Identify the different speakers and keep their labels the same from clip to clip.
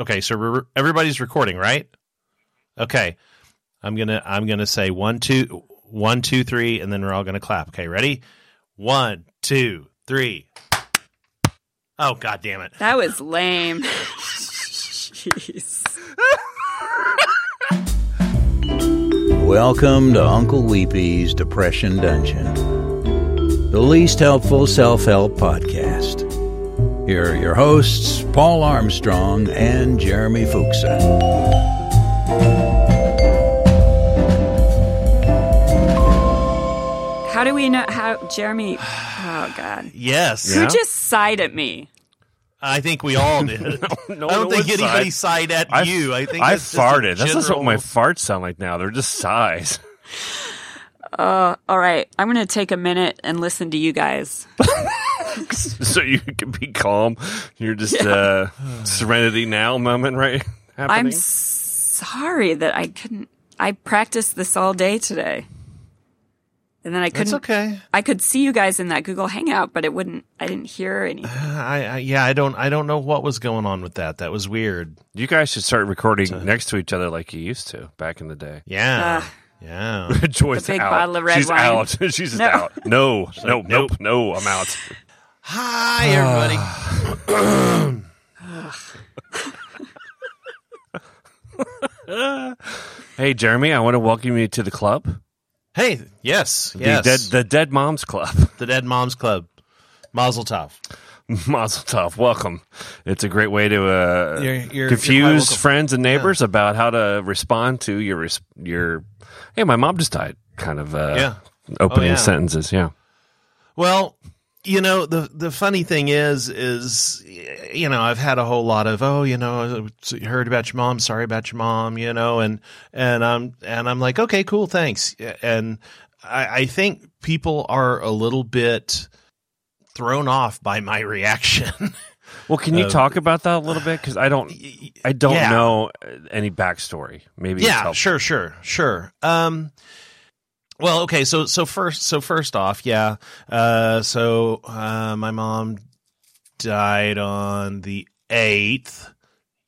Speaker 1: Okay, so re- everybody's recording, right? Okay, I'm gonna I'm gonna say one two one two three, and then we're all gonna clap. Okay, ready? One two three. Oh god damn it!
Speaker 2: That was lame. Jeez.
Speaker 3: Welcome to Uncle Weepy's Depression Dungeon, the least helpful self help podcast. Here are your hosts, Paul Armstrong and Jeremy Fuchsa.
Speaker 2: How do we know how Jeremy Oh god.
Speaker 1: Yes,
Speaker 2: Who just sighed at me?
Speaker 1: I think we all did. I
Speaker 4: one
Speaker 1: don't think
Speaker 4: would
Speaker 1: anybody
Speaker 4: sigh.
Speaker 1: sighed at
Speaker 4: I-
Speaker 1: you. I think
Speaker 4: I
Speaker 1: that's just a
Speaker 4: farted. That's just what
Speaker 1: general-
Speaker 4: my farts sound like now. They're just sighs.
Speaker 2: All right, I'm going to take a minute and listen to you guys.
Speaker 4: so you can be calm. You're just uh, serenity now moment, right? Happening.
Speaker 2: I'm s- sorry that I couldn't I practiced this all day today. And then I
Speaker 1: It's
Speaker 2: couldn't
Speaker 1: okay.
Speaker 2: I could see you guys in that Google Hangout, but it wouldn't I didn't hear any.
Speaker 1: I, I yeah, I don't I don't know what was going on with that. That was weird.
Speaker 4: you guys should start recording next to each other like you used to back in the day.
Speaker 1: Yeah, yeah.
Speaker 4: Joy's
Speaker 2: The big
Speaker 4: out.
Speaker 2: bottle of red
Speaker 4: She's
Speaker 2: wine.
Speaker 4: out. She's just
Speaker 2: No.
Speaker 4: out. No, no,
Speaker 1: nope.
Speaker 4: nope, no. I'm out.
Speaker 1: Hi, everybody.
Speaker 4: Hey, Jeremy, I want to welcome you to the club,
Speaker 1: hey, yes, yes.
Speaker 4: the dead, the Dead Moms Club,
Speaker 1: The Dead Moms Club. Mazel tov.
Speaker 4: Mazel Tov. Welcome. It's a great way to
Speaker 1: You're-
Speaker 4: uh,
Speaker 1: you're- you're
Speaker 4: confuse
Speaker 1: quite welcome.
Speaker 4: friends and neighbors about how to respond to your res- your. Hey, my mom just died. Kind of uh,
Speaker 1: Yeah. Oh,
Speaker 4: opening
Speaker 1: yeah.
Speaker 4: sentences. Yeah.
Speaker 1: Well, you know the the funny thing is is y- you know I've had a whole lot of oh you know I heard about your mom sorry about your mom you know and and I'm and I'm like okay cool thanks and I, I think people are a little bit thrown off by my reaction.
Speaker 4: Well, can you talk about that a little bit? Because I don't, I don't
Speaker 1: Uh, Yeah.
Speaker 4: know uh, any backstory. Maybe it's
Speaker 1: yeah
Speaker 4: helpful.
Speaker 1: sure sure sure um well okay so so first so first off yeah uh so uh my mom died on the 8th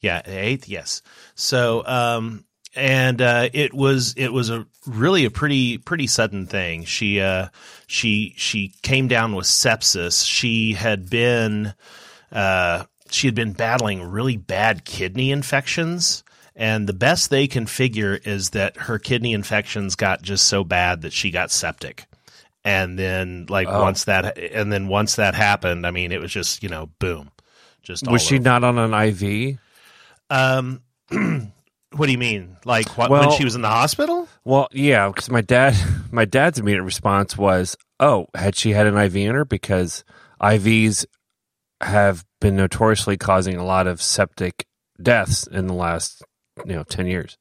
Speaker 1: yeah 8th yes so um and uh it was it was a really a pretty pretty sudden thing she uh she she came down with sepsis she had been uh, she had been battling really bad kidney infections. And the best they can figure is that her kidney infections got just so bad that she got septic. And then, like
Speaker 4: Oh.
Speaker 1: once that, and then once that happened, I mean, it was just you know, boom, just all
Speaker 4: Was she
Speaker 1: over.
Speaker 4: not on an IV?
Speaker 1: Um, what do you mean? Like what, when
Speaker 4: Well-
Speaker 1: she was in the hospital?
Speaker 4: Well, yeah, because my dad, my dad's immediate response was, "Oh, had she had an IV in her? Because IVs have been notoriously causing a lot of septic deaths in the last, you know, ten years."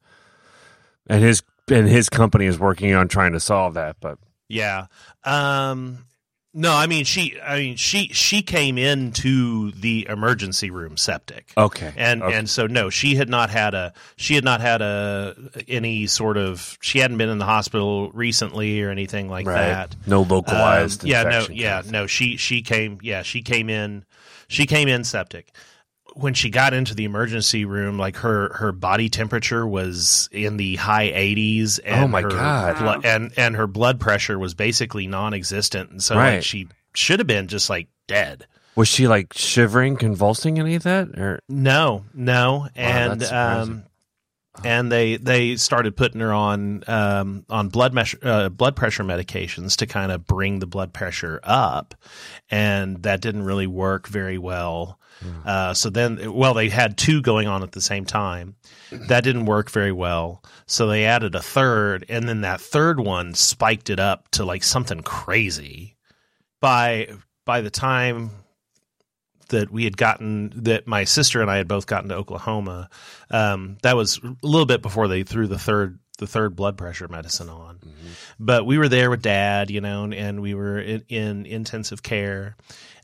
Speaker 4: And his and his company is working on trying to solve that. But
Speaker 1: Yeah. Um no, I mean she I mean she she came into the emergency room septic.
Speaker 4: Okay.
Speaker 1: And
Speaker 4: Oh, Okay.
Speaker 1: and so no, she had not had a she had not had a any sort of she hadn't been in the hospital recently or anything like that.
Speaker 4: no
Speaker 1: Um,
Speaker 4: localized.
Speaker 1: yeah, no,
Speaker 4: infection.
Speaker 1: yeah, no. She she came. Yeah, she came in. She came in septic. When she got into the emergency room, like her her body temperature was in the high 80s. And
Speaker 4: Oh, my
Speaker 1: her
Speaker 4: God.
Speaker 1: blo-
Speaker 2: Wow.
Speaker 1: and and her blood pressure was basically non-existent, and so like
Speaker 4: Right.
Speaker 1: she should have been just like dead.
Speaker 4: Was she like shivering, convulsing, any of that? Or
Speaker 1: No, no, and
Speaker 4: that's
Speaker 1: um, and they they started putting her on um on blood mesh, uh, blood pressure medications to kind of bring the blood pressure up, and that didn't really work very well. Uh, so then, well, they had two going on at the same time. That didn't work very well. So they added a third, and then that third one spiked it up to like something crazy. By by the time that we had gotten that my sister and I had both gotten to Oklahoma. Um, that was a little bit before they threw the third the third blood pressure medicine on. But we were there with dad, you know, and, and we were in, in intensive care,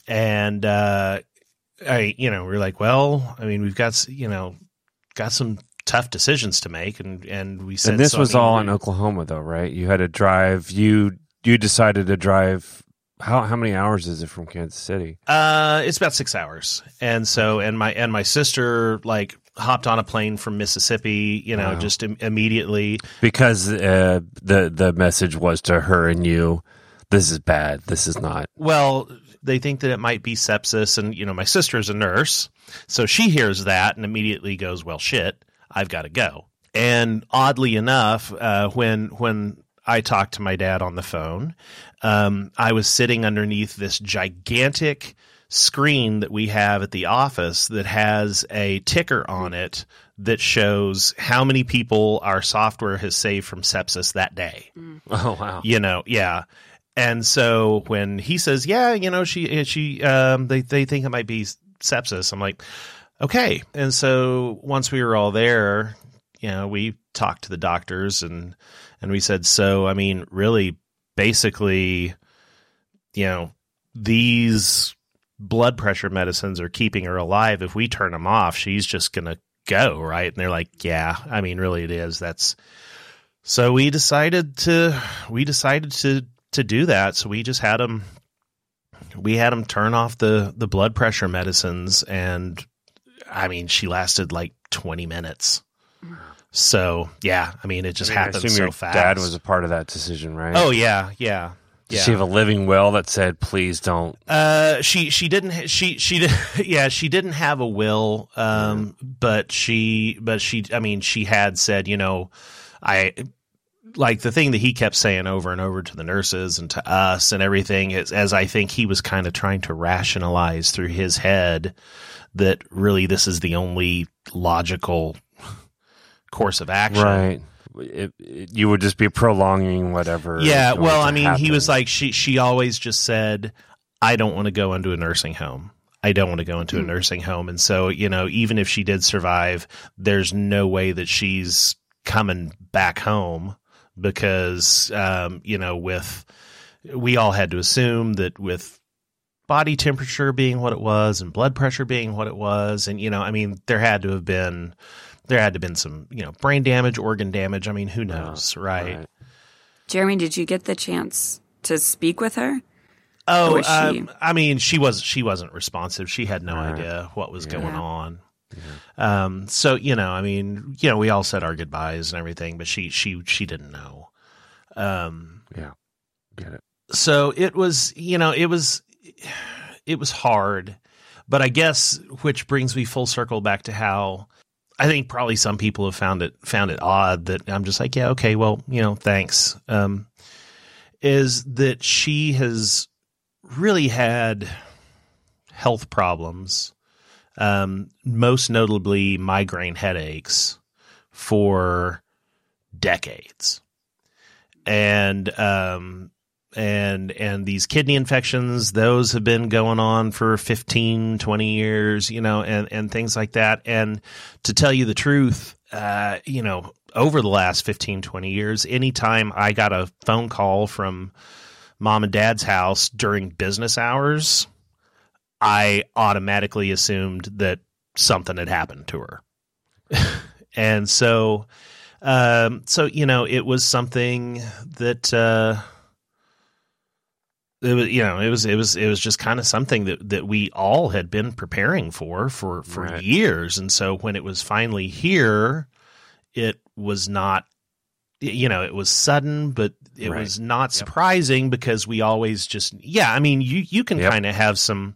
Speaker 1: and uh, I, you know, we were like, well, I mean, we've got s- you know, got some tough decisions to make, and and we said
Speaker 4: and this
Speaker 1: so, I
Speaker 4: was
Speaker 1: mean,
Speaker 4: all
Speaker 1: we-
Speaker 4: in Oklahoma, though, right? You had to drive. You you decided to drive. How how many hours is it from Kansas City?
Speaker 1: Uh, it's about six hours, and so and my and my sister like hopped on a plane from Mississippi, you know,
Speaker 4: Wow.
Speaker 1: just Im- immediately.
Speaker 4: because uh, the the message was to her and you. This is bad. This is not.
Speaker 1: Well, they think that it might be sepsis, and you know, my sister's a nurse, so she hears that and immediately goes, "Well, shit, I've got to go." And oddly enough, uh, when when I talked to my dad on the phone, um, I was sitting underneath this gigantic screen that we have at the office that has a ticker on it that shows how many people our software has saved from sepsis that day
Speaker 4: Oh wow.
Speaker 1: you know yeah and so when he says yeah you know she she um they, they think it might be sepsis i'm like okay and so once we were all there you know we talked to the doctors and and we said so i mean really basically you know these blood pressure medicines are keeping her alive if we turn them off she's just gonna go right and they're like yeah i mean really it is that's so we decided to we decided to to do that. So we just had him we had him turn off the the blood pressure medicines and I mean she lasted like 20 minutes. So, yeah, I mean it just
Speaker 4: I mean, I
Speaker 1: happened
Speaker 4: assume
Speaker 1: so
Speaker 4: your
Speaker 1: fast.
Speaker 4: Dad was a part of that decision, right?
Speaker 1: Oh yeah, yeah.
Speaker 4: Did
Speaker 1: yeah.
Speaker 4: she have a living will that said, "Please don't"?
Speaker 1: Uh, she she didn't ha- she she did, yeah she didn't have a will um but she but she I mean she had said you know I like the thing that he kept saying over and over to the nurses and to us and everything is as I think he was kind of trying to rationalize through his head that really this is the only logical course of action
Speaker 4: Right. It, it- you would just be prolonging whatever. is
Speaker 1: yeah
Speaker 4: going
Speaker 1: well
Speaker 4: to
Speaker 1: i mean he was
Speaker 4: happen.
Speaker 1: like she she always just said i don't want to go into a nursing home i don't want to go
Speaker 4: Hmm.
Speaker 1: into a nursing home and so you know even if she did survive there's no way that she's coming back home because um you know with we all had to assume that with body temperature being what it was and blood pressure being what it was and you know i mean there had to have been there had to have been some you know brain damage organ damage i mean who knows right
Speaker 4: right.
Speaker 2: Jeremy, did you get the chance to speak with her?
Speaker 1: Oh,
Speaker 2: Or was she-
Speaker 1: um, I mean, she was she wasn't responsive. She had no
Speaker 4: Right.
Speaker 1: idea what was going
Speaker 2: Yeah.
Speaker 1: on. Um, so you know, I mean, you know, we all said our goodbyes and everything, but she she she didn't know. Um,
Speaker 4: Get it.
Speaker 1: so it was you know it was it was hard, but I guess which brings me full circle back to how I think probably some people have found it found it odd that I'm just like yeah okay well you know thanks um, is that she has really had health problems, um, most notably migraine headaches for decades. And um, and and these kidney infections those have been going on for 15 20 years you know and and things like that and to tell you the truth uh you know over the last 15 20 years anytime i got a phone call from mom and dad's house during business hours i automatically assumed that something had happened to her and so um so you know it was something that uh it was you know it was it was it was just kind of something that that we all had been preparing for for for
Speaker 4: Right.
Speaker 1: years and so when it was finally here it was not you know it was sudden but it
Speaker 4: Right.
Speaker 1: was not surprising because we always just yeah i mean you you can
Speaker 4: Yep.
Speaker 1: kind of have some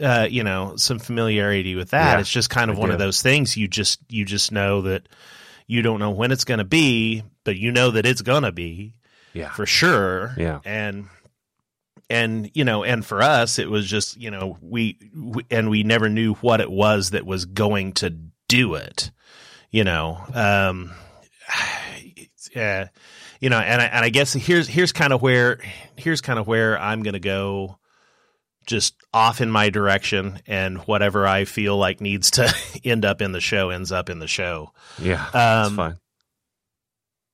Speaker 1: uh you know some familiarity with that
Speaker 4: Yeah,
Speaker 1: it's just kind of
Speaker 4: I
Speaker 1: one
Speaker 4: do.
Speaker 1: of those things you just you just know that you don't know when it's going to be but you know that it's going to be
Speaker 4: Yeah.
Speaker 1: for sure
Speaker 4: Yeah.
Speaker 1: and and you know and for us it was just you know we, we and we never knew what it was that was going to do it you know um yeah you know and I, and I guess here's here's kind of where here's kind of where I'm going to go just off in my direction and whatever I feel like needs to end up in the show ends up in the show
Speaker 4: Yeah.
Speaker 1: Um,
Speaker 4: it's fine.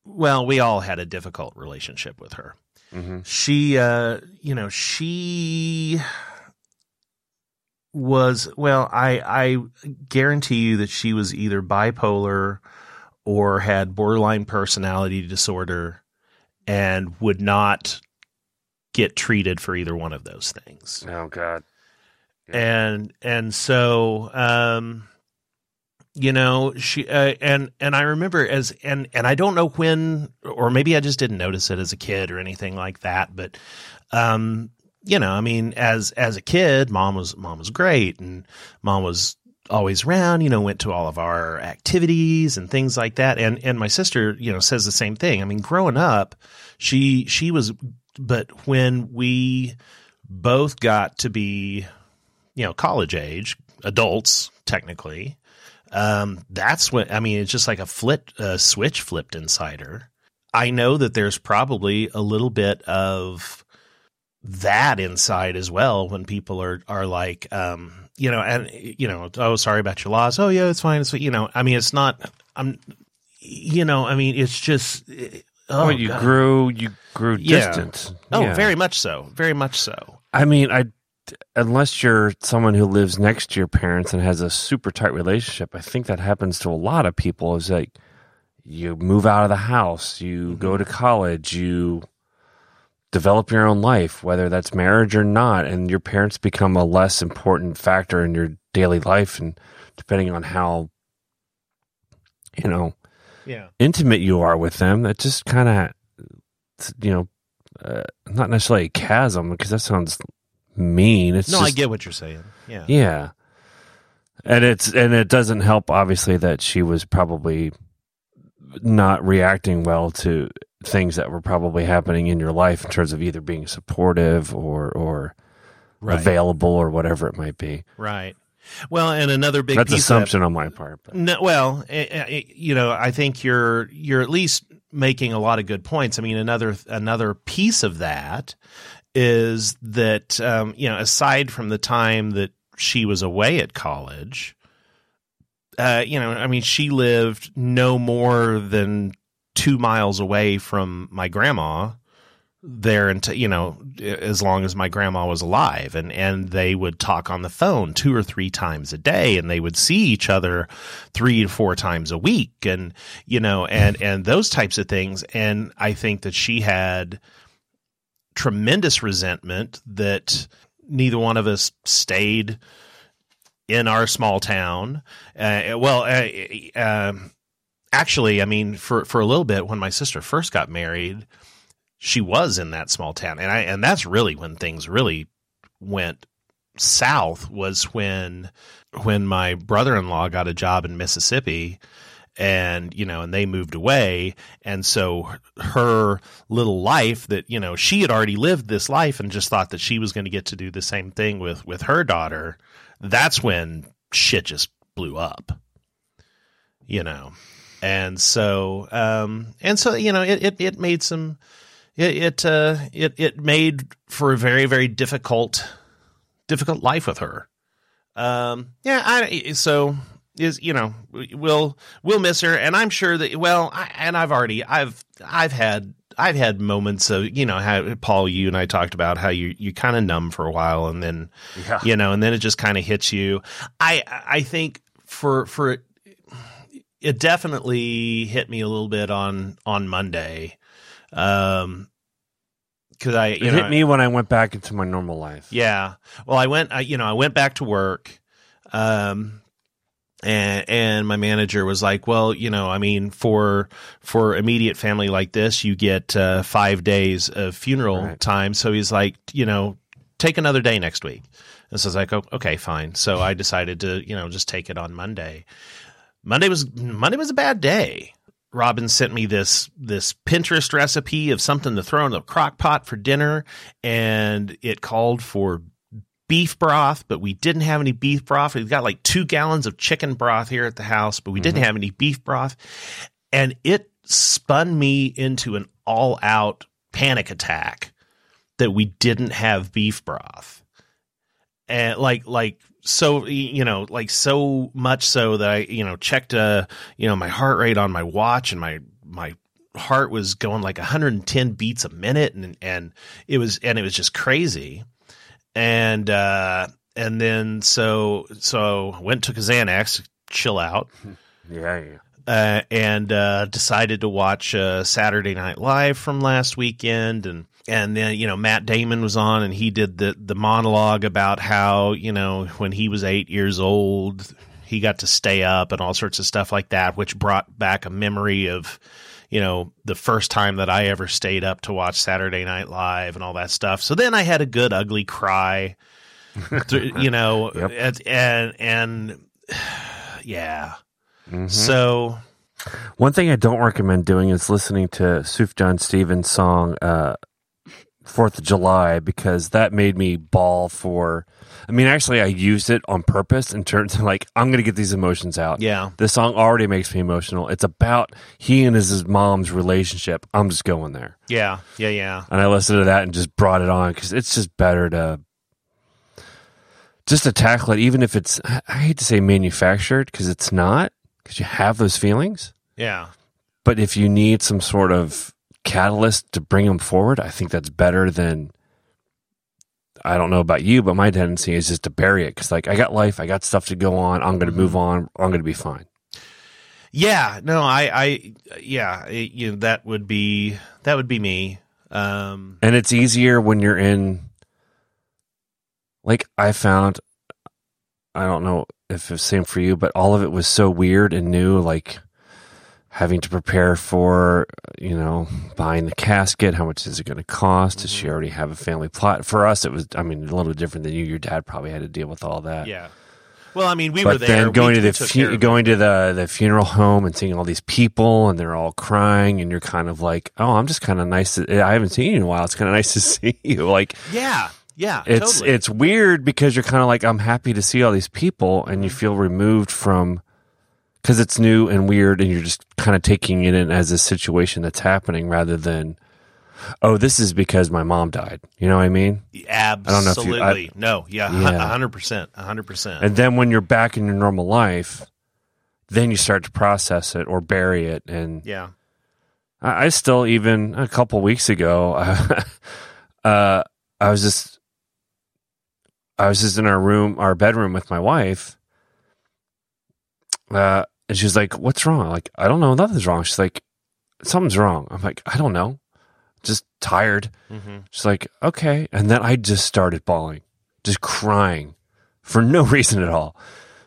Speaker 1: well we all had a difficult relationship with her
Speaker 4: hmm
Speaker 1: she uh you know she was well i i guarantee you that she was either bipolar or had borderline personality disorder and would not get treated for either one of those things
Speaker 4: Oh God.
Speaker 1: and and so um you know she uh, and and i remember as and and i don't know when or maybe i just didn't notice it as a kid or anything like that but um you know i mean as as a kid mom was mom was great and mom was always around you know went to all of our activities and things like that and and my sister you know says the same thing i mean growing up she she was but when we both got to be you know college age adults technically um, that's what I mean. It's just like a flip a switch flipped inside her. I know that there's probably a little bit of that inside as well when people are are like, um, you know, and you know, oh, sorry about your loss. Oh, yeah, it's fine. It's you know, I mean, it's not. I'm, you know, I mean, it's just.
Speaker 4: Oh,
Speaker 1: Oh,
Speaker 4: you
Speaker 1: God.
Speaker 4: grew, you grew
Speaker 1: Yeah.
Speaker 4: distant.
Speaker 1: Oh,
Speaker 4: Yeah.
Speaker 1: very much so. Very much so.
Speaker 4: I mean, I unless you're someone who lives next to your parents and has a super tight relationship, I think that happens to a lot of people. Is like you move out of the house, you go
Speaker 1: Mm-hmm.
Speaker 4: to college, you develop your own life, whether that's marriage or not, and your parents become a less important factor in your daily life, and depending on how you know
Speaker 1: Yeah.
Speaker 4: intimate you are with them, that just kind of, you know, uh, not necessarily a chasm because that sounds mean. It's
Speaker 1: No, I
Speaker 4: just-
Speaker 1: get what you're saying. Yeah.
Speaker 4: yeah, and it's and it doesn't help obviously that she was probably not reacting well to things that were probably happening in your life in terms of either being supportive or or
Speaker 1: Right.
Speaker 4: available or whatever it might be.
Speaker 1: Right. Well, and another big
Speaker 4: That's
Speaker 1: piece of that-
Speaker 4: assumption on my part. But.
Speaker 1: No, well, eh, eh, you know, I think you're you're at least making a lot of good points. I mean, another another piece of that is that um, you know, aside from the time that she was away at college, uh, you know, I mean, she lived no more than two miles away from my grandma there until you know as long as my grandma was alive and and they would talk on the phone two or three times a day and they would see each other three to four times a week and you know and and those types of things and i think that she had tremendous resentment that neither one of us stayed in our small town uh, well uh, um actually i mean for for a little bit when my sister first got married she was in that small town and i and that's really when things really went south was when when my brother-in-law got a job in mississippi and you know and they moved away and so her little life that you know she had already lived this life and just thought that she was going to get to do the same thing with with her daughter that's when shit just blew up you know and so um and so you know it it, it made some it it, uh, it it made for a very very difficult difficult life with her um yeah i so is you know we'll we'll miss her and i'm sure that well I, and i've already i've i've had i've had moments of you know how paul you and i talked about how you you kind of numb for a while and then
Speaker 4: Yeah.
Speaker 1: you know and then it just kind of hits you i i think for for it definitely hit me a little bit on on monday um because i
Speaker 4: It
Speaker 1: you know,
Speaker 4: hit me when I went back into my normal life.
Speaker 1: yeah. Well, I went. I, you know, I went back to work, um, and and my manager was like, "Well, you know, I mean, for for immediate family like this, you get uh, five days of funeral
Speaker 4: Right.
Speaker 1: time." So he's like, "You know, take another day next week." And so I was like, oh, "Okay, fine." So I decided to, you know, just take it on Monday. Monday was Monday was a bad day. Robin sent me this this Pinterest recipe of something to throw in the crock pot for dinner, and it called for beef broth, but we didn't have any beef broth. We've got like two gallons of chicken broth here at the house, but we didn't have any beef broth. And it spun me into an all out panic attack that we didn't have beef broth. And like, like, so you know like so much so that i you know checked uh you know my heart rate on my watch and my my heart was going like 110 beats a minute and and it was and it was just crazy and uh and then so so went took a xanax chill out
Speaker 4: Yeah, yeah.
Speaker 1: uh, and uh, decided to watch uh, Saturday Night Live from last weekend, and and then you know Matt Damon was on, and he did the the monologue about how you know when he was eight years old. he got to stay up and all sorts of stuff like that, which brought back a memory of, you know, the first time that I ever stayed up to watch Saturday Night Live and all that stuff. So then I had a good ugly cry, through- you know,
Speaker 4: Yep.
Speaker 1: and, and and yeah.
Speaker 4: Mhm.
Speaker 1: So
Speaker 4: One thing I don't recommend doing is listening to Sufjan Stevens' song uh, Fourth of July because that made me bawl for. I mean, actually, I used it on purpose in terms of like I'm going to get these emotions out.
Speaker 1: yeah,
Speaker 4: This song already makes me emotional. It's about he and his, his mom's relationship. I'm just going there,
Speaker 1: yeah, yeah, yeah.
Speaker 4: and I listened to that and just brought it on because it's just better to just to tackle it, even if it's I I hate to say manufactured because it's not because you have those feelings
Speaker 1: Yeah.
Speaker 4: but if you need some sort of catalyst to bring them forward, I think that's better than. I don't know about you, but my tendency is just to bury it because, like, I got life, I got stuff to go on. I'm going to move on. I'm going to be fine.
Speaker 1: Yeah, no, I, I, yeah, it- you know, that would be that would be me. Um,
Speaker 4: And it's easier when you're in. Like I found, I don't know if it's same for you, but all of it was so weird and new. Like having to prepare for, you know, buying the casket. How much is it going to cost? Does she already have a family plot? For us, it was. I mean, a little different than you. Your dad probably had to deal with all that.
Speaker 1: yeah. Well, I mean, we
Speaker 4: but
Speaker 1: were there.
Speaker 4: then
Speaker 1: We-
Speaker 4: going to
Speaker 1: we
Speaker 4: the
Speaker 1: took
Speaker 4: fu-
Speaker 1: care of it.
Speaker 4: going to the the funeral home and seeing all these people and they're all crying and you're kind of like, oh, I'm just kind of nice. To, I haven't seen you in a while. It's kind of nice to see you. Like
Speaker 1: yeah, yeah,
Speaker 4: it's
Speaker 1: totally.
Speaker 4: it's weird because you're kind of like, I'm happy to see all these people and you
Speaker 1: Mm-hmm.
Speaker 4: feel removed from because it's new and weird and you're just kind of taking it in as a situation that's happening rather than, oh, this is because my mom died. You know what I mean? don't know if you-
Speaker 1: absolutely
Speaker 4: I-
Speaker 1: no, yeah,
Speaker 4: Yeah.
Speaker 1: hundred percent, hundred percent.
Speaker 4: And then when you're back in your normal life, then you start to process it or bury it. And
Speaker 1: Yeah,
Speaker 4: I, I still, even a couple weeks ago, uh, I was just, I was just in our room, our bedroom with my wife, uh, and she was like, "What's wrong?" I'm like, I don't know, nothing's wrong. She's like, "Something's wrong." I'm like, I don't know, just tired.
Speaker 1: hmm
Speaker 4: She's like, okay. And then I just started bawling, just crying for no reason at all.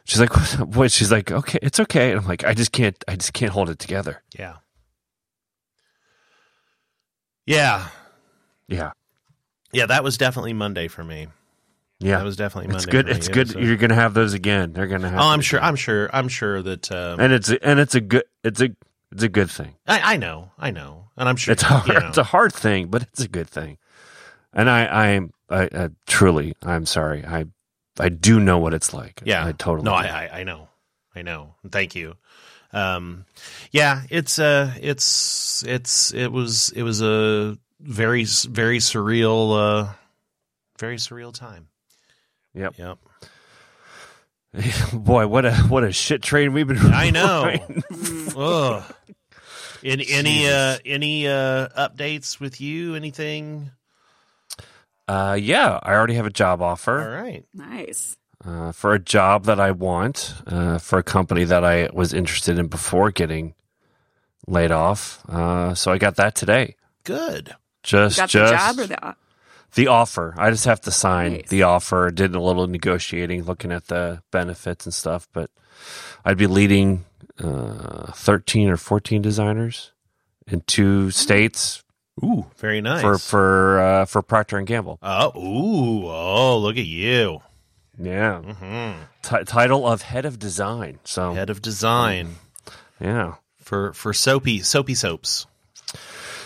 Speaker 4: She's like, what? what? She's like, okay, it's okay. And I'm like, I just can't, I just can't hold it together.
Speaker 1: yeah, yeah,
Speaker 4: Yeah.
Speaker 1: yeah. That was definitely Monday for me.
Speaker 4: Yeah.
Speaker 1: That was definitely Monday.
Speaker 4: it's good.
Speaker 1: for me.
Speaker 4: It's
Speaker 1: It
Speaker 4: good.
Speaker 1: was a-
Speaker 4: You're going to have those again. They're going to have,
Speaker 1: oh, I'm sure. I'm sure. I'm sure that. Um,
Speaker 4: and it's, and it's a good, it's a, it's a good thing.
Speaker 1: I, I know. I know. And I'm sure
Speaker 4: It's hard.
Speaker 1: you know.
Speaker 4: It's a hard thing, but it's a good thing. And I, I'm, I, I truly, I'm sorry. I, I do know what it's like.
Speaker 1: Yeah.
Speaker 4: I totally.
Speaker 1: No,
Speaker 4: do.
Speaker 1: I, I, I know. I know. Thank you. Um, yeah, it's, uh, it's, it's, it was, it was a very, s- very surreal, uh, very surreal time.
Speaker 4: Yep.
Speaker 1: Yep.
Speaker 4: boy, what a, what a shit train we've been.
Speaker 1: I know.
Speaker 4: riding.
Speaker 1: Ugh. In any, uh,
Speaker 4: Jesus.
Speaker 1: any, uh, updates with you? Anything?
Speaker 4: Uh, yeah, I already have a job
Speaker 1: All
Speaker 4: offer
Speaker 1: right.
Speaker 2: Nice.
Speaker 4: uh, for a job that I want uh, for a company that I was interested in before getting laid off. Uh, so I got that today.
Speaker 1: Good.
Speaker 4: Just
Speaker 2: You got
Speaker 4: just
Speaker 2: the job or the oh,
Speaker 4: the offer. I just have to sign
Speaker 2: Nice.
Speaker 4: the offer. Did a little negotiating, looking at the benefits and stuff. But I'd be leading uh, thirteen or fourteen designers in two states
Speaker 1: Ooh, very nice.
Speaker 4: for for uh, for Procter and Gamble.
Speaker 1: oh, ooh. Oh, look at you.
Speaker 4: Yeah,
Speaker 1: hmm
Speaker 4: Ti- title of head of design. So
Speaker 1: Head of design
Speaker 4: Yeah.
Speaker 1: for, for soapy, soapy soaps.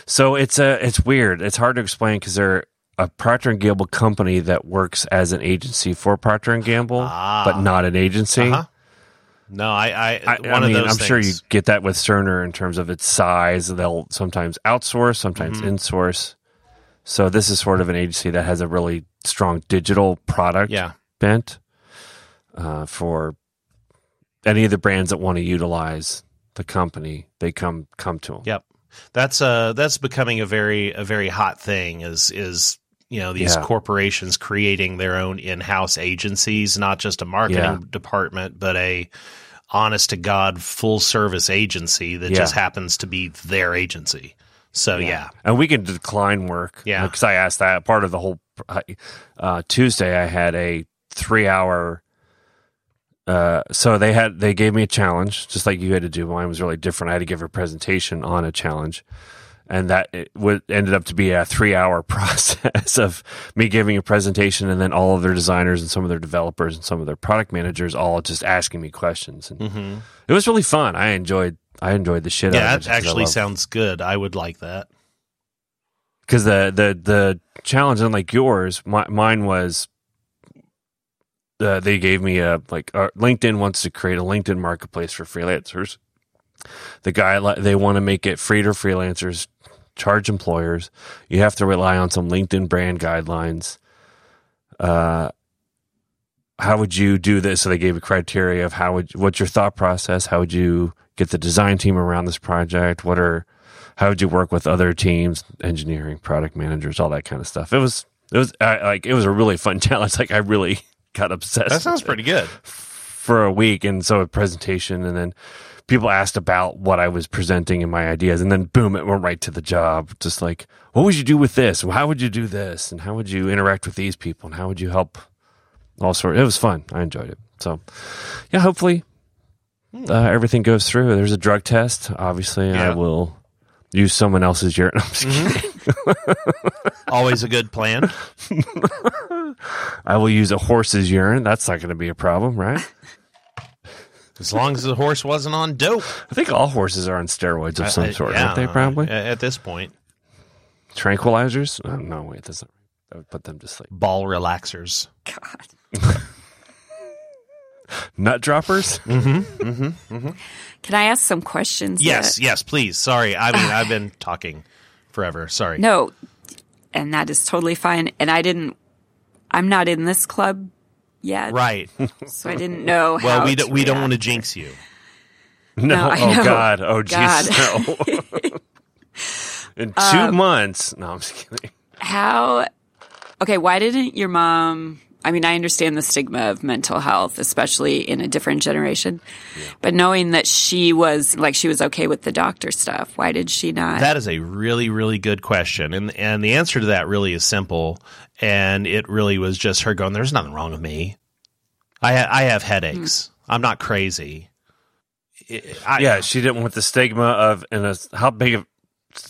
Speaker 4: So it's a it's weird. It's hard to explain because they're a Procter and Gamble company that works as an agency for Procter and Gamble,
Speaker 1: Ah.
Speaker 4: but not an agency.
Speaker 1: Uh-huh. No, I, I,
Speaker 4: I,
Speaker 1: one
Speaker 4: I mean,
Speaker 1: of those
Speaker 4: I'm sure you
Speaker 1: things.
Speaker 4: get that with Cerner in terms of its size. They'll sometimes outsource, sometimes
Speaker 1: Mm-hmm.
Speaker 4: insource. So this is sort of an agency that has a really strong digital product
Speaker 1: Yeah.
Speaker 4: bent uh, for any of the brands that want to utilize the company. They come come to them.
Speaker 1: Yep. That's uh that's becoming a very a very hot thing is is you know these
Speaker 4: Yeah.
Speaker 1: corporations creating their own in-house agencies, not just a marketing
Speaker 4: Yeah.
Speaker 1: department, but a honest to god full service agency that
Speaker 4: Yeah.
Speaker 1: just happens to be their agency. So yeah.
Speaker 4: Oh, And we can decline work.
Speaker 1: Yeah.
Speaker 4: Because I asked that part uh, of the whole uh, Tuesday, I had a three hour Uh, so they had they gave me a challenge, just like you had to do. Mine was really different. I had to give a presentation on a challenge, and that it would, ended up to be a three hour process of me giving a presentation, and then all of their designers and some of their developers and some of their product managers all just asking me questions.
Speaker 1: Hmm.
Speaker 4: And It was really fun. I enjoyed I enjoyed the shit.
Speaker 1: Mm-hmm. yeah,
Speaker 4: out of
Speaker 1: that
Speaker 4: it just 'cause I
Speaker 1: actually
Speaker 4: love-
Speaker 1: sounds good. I would like that.
Speaker 4: because the the the challenge unlike yours my, mine was uh, they gave me a like uh, linkedin wants to create a linkedin marketplace for freelancers the guy li- they want to make it free to freelancers charge employers you have to rely on some linkedin brand guidelines uh how would you do this so they gave a criteria of how would what's your thought process how would you get the design team around this project what are how would you work with other teams engineering product managers all that kind of stuff it was it was I, like it was a really fun challenge like i really got obsessed
Speaker 1: That sounds
Speaker 4: with it
Speaker 1: pretty good.
Speaker 4: for a week and so a presentation and then people asked about what i was presenting and my ideas and then boom it went right to the job just like what would you do with this how would you do this and how would you interact with these people and how would you help all sorts it was fun i enjoyed it so yeah hopefully uh, everything goes through there's a drug test obviously i
Speaker 1: Hmm. Yeah. Mm-hmm.
Speaker 4: will use someone else's urine I'm just kidding.
Speaker 1: Always a good plan.
Speaker 4: i will use a horse's urine that's not going to be a problem right
Speaker 1: As long as the horse wasn't on dope.
Speaker 4: i think all horses are on steroids of some
Speaker 1: I- I-
Speaker 4: sort
Speaker 1: yeah,
Speaker 4: aren't they probably
Speaker 1: a- At this point,
Speaker 4: tranquilizers. Oh, no, wait, that's not. That would put them to sleep.
Speaker 1: ball relaxers.
Speaker 2: God.
Speaker 4: Nut droppers.
Speaker 2: Can I ask some questions?
Speaker 1: Yes,
Speaker 2: that-
Speaker 1: yes, please. Sorry. I mean, I've been talking forever. Sorry.
Speaker 2: No, and that is totally fine. And I didn't, I'm not in this club yet.
Speaker 1: Right.
Speaker 2: So I didn't know
Speaker 1: Well,
Speaker 2: how
Speaker 1: we
Speaker 2: to
Speaker 1: don't we don't
Speaker 2: react.
Speaker 1: want to jinx you.
Speaker 4: No.
Speaker 2: No, I
Speaker 4: oh
Speaker 2: know.
Speaker 4: God. Oh
Speaker 2: God.
Speaker 4: Jesus. No. In two
Speaker 1: Um,
Speaker 4: months. No, I'm just kidding.
Speaker 2: How, okay, why didn't your mom? I mean, I understand the stigma of mental health, especially in a different generation, but knowing that she was like, she was okay with the doctor stuff, why did she not?
Speaker 1: That is a really, really good question. And and the answer to that really is simple. And it really was just her going, There's nothing wrong with me. I ha- I have headaches. I'm not crazy. It- I-
Speaker 4: yeah, she didn't want the stigma of in a how big of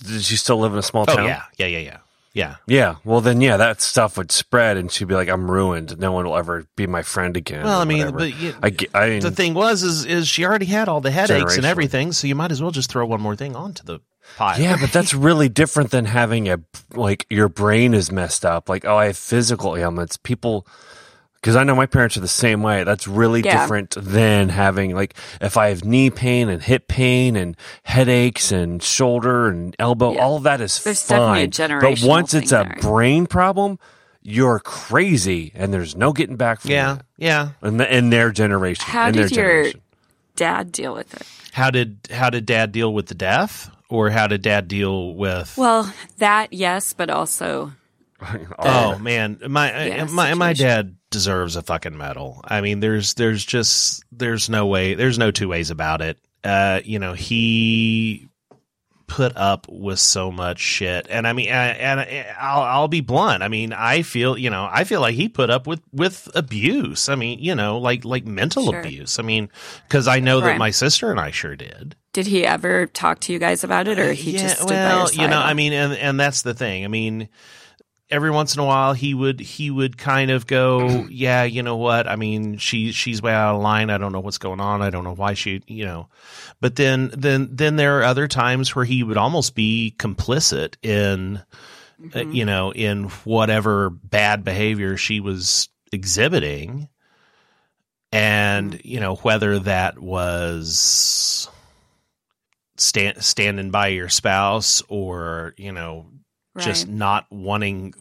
Speaker 4: did she still live in a small
Speaker 1: Oh
Speaker 4: town?
Speaker 1: yeah. Yeah, yeah, yeah. Yeah.
Speaker 4: Yeah. Well, then yeah, that stuff would spread, and she'd be like, "I'm ruined. No one will ever be my friend again."
Speaker 1: Well,
Speaker 4: or
Speaker 1: I mean,
Speaker 4: whatever.
Speaker 1: but you-
Speaker 4: I, ge- I mean,
Speaker 1: The thing was is is she already had all the headaches and
Speaker 4: Generational.
Speaker 1: everything, so you might as well just throw one more thing onto the pile.
Speaker 4: Yeah, but that's really different than having a like your brain is messed up. Like, oh, I have physical ailments. People, because I know my parents are the same way. That's really
Speaker 2: Yeah.
Speaker 4: different than having like if I have knee pain and hip pain and headaches and shoulder and elbow.
Speaker 2: Yeah.
Speaker 4: All of that is
Speaker 2: There's definitely a
Speaker 4: fine. But once
Speaker 2: generational
Speaker 4: it's
Speaker 2: thing
Speaker 4: a
Speaker 2: there.
Speaker 4: brain problem, you're crazy, and there's no getting back from
Speaker 1: Yeah.
Speaker 4: that.
Speaker 1: Yeah.
Speaker 4: In, the, in their generation,
Speaker 2: How
Speaker 4: in
Speaker 2: did
Speaker 4: their
Speaker 2: your-
Speaker 4: generation.
Speaker 2: Dad deal with it.
Speaker 1: How did how did dad deal with the deaf? Or how did dad deal with
Speaker 2: Well, that, yes, but also,
Speaker 1: Oh man, my
Speaker 2: Yeah,
Speaker 1: my my
Speaker 2: situation.
Speaker 1: dad deserves a fucking medal. I mean, there's there's just there's no way, there's no two ways about it. Uh, you know, he put up with so much shit, and I mean, I- and I- I'll I'll be blunt. I mean, I feel you know, I feel like he put up with with abuse. I mean, you know, like like mental
Speaker 2: Sure.
Speaker 1: abuse. I mean, because I know that
Speaker 2: Right.
Speaker 1: my sister and I sure did.
Speaker 2: did he ever talk to you guys about it or he
Speaker 1: Uh, Yeah,
Speaker 2: just stood by
Speaker 1: well,
Speaker 2: your side
Speaker 1: you know,
Speaker 2: on
Speaker 1: I
Speaker 2: it?
Speaker 1: mean, and and that's the thing. I mean, every once in a while, he would he would kind of go, yeah, you know what? I mean, she she's way out of line. I don't know what's going on. I don't know why she, you know. But then then then there are other times where he would almost be complicit in, uh,
Speaker 2: Mm-hmm.
Speaker 1: you know, in whatever bad behavior she was exhibiting and
Speaker 2: Mm-hmm.
Speaker 1: you know whether that was stand, standing by your spouse or you know just
Speaker 2: Right.
Speaker 1: not wanting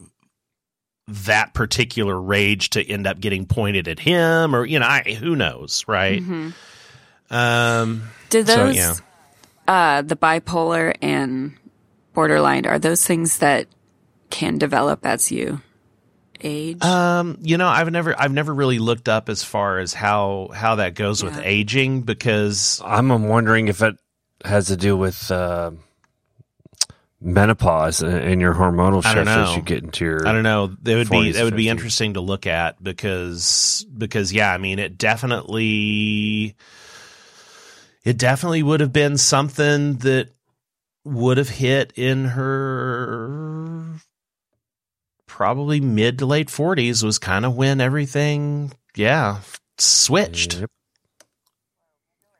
Speaker 1: that particular rage to end up getting pointed at him or you know I, who knows right
Speaker 2: Mhm.
Speaker 1: um
Speaker 2: Did
Speaker 1: So,
Speaker 2: those,
Speaker 1: yeah.
Speaker 2: uh, the bipolar and borderline, are those things that can develop as you age?
Speaker 1: um you know i've never i've never really looked up as far as how how that goes with
Speaker 2: Yeah.
Speaker 1: aging because
Speaker 4: I'm wondering if it has to do with uh, menopause and, and your hormonal
Speaker 1: I don't
Speaker 4: shift as
Speaker 1: know.
Speaker 4: you get into your.
Speaker 1: I don't know. That would be
Speaker 4: 40s,
Speaker 1: that would be
Speaker 4: 50s.
Speaker 1: interesting to look at because because yeah, I mean it definitely it definitely would have been something that would have hit in her probably mid to late forties was kind of when everything yeah switched.
Speaker 4: Yep.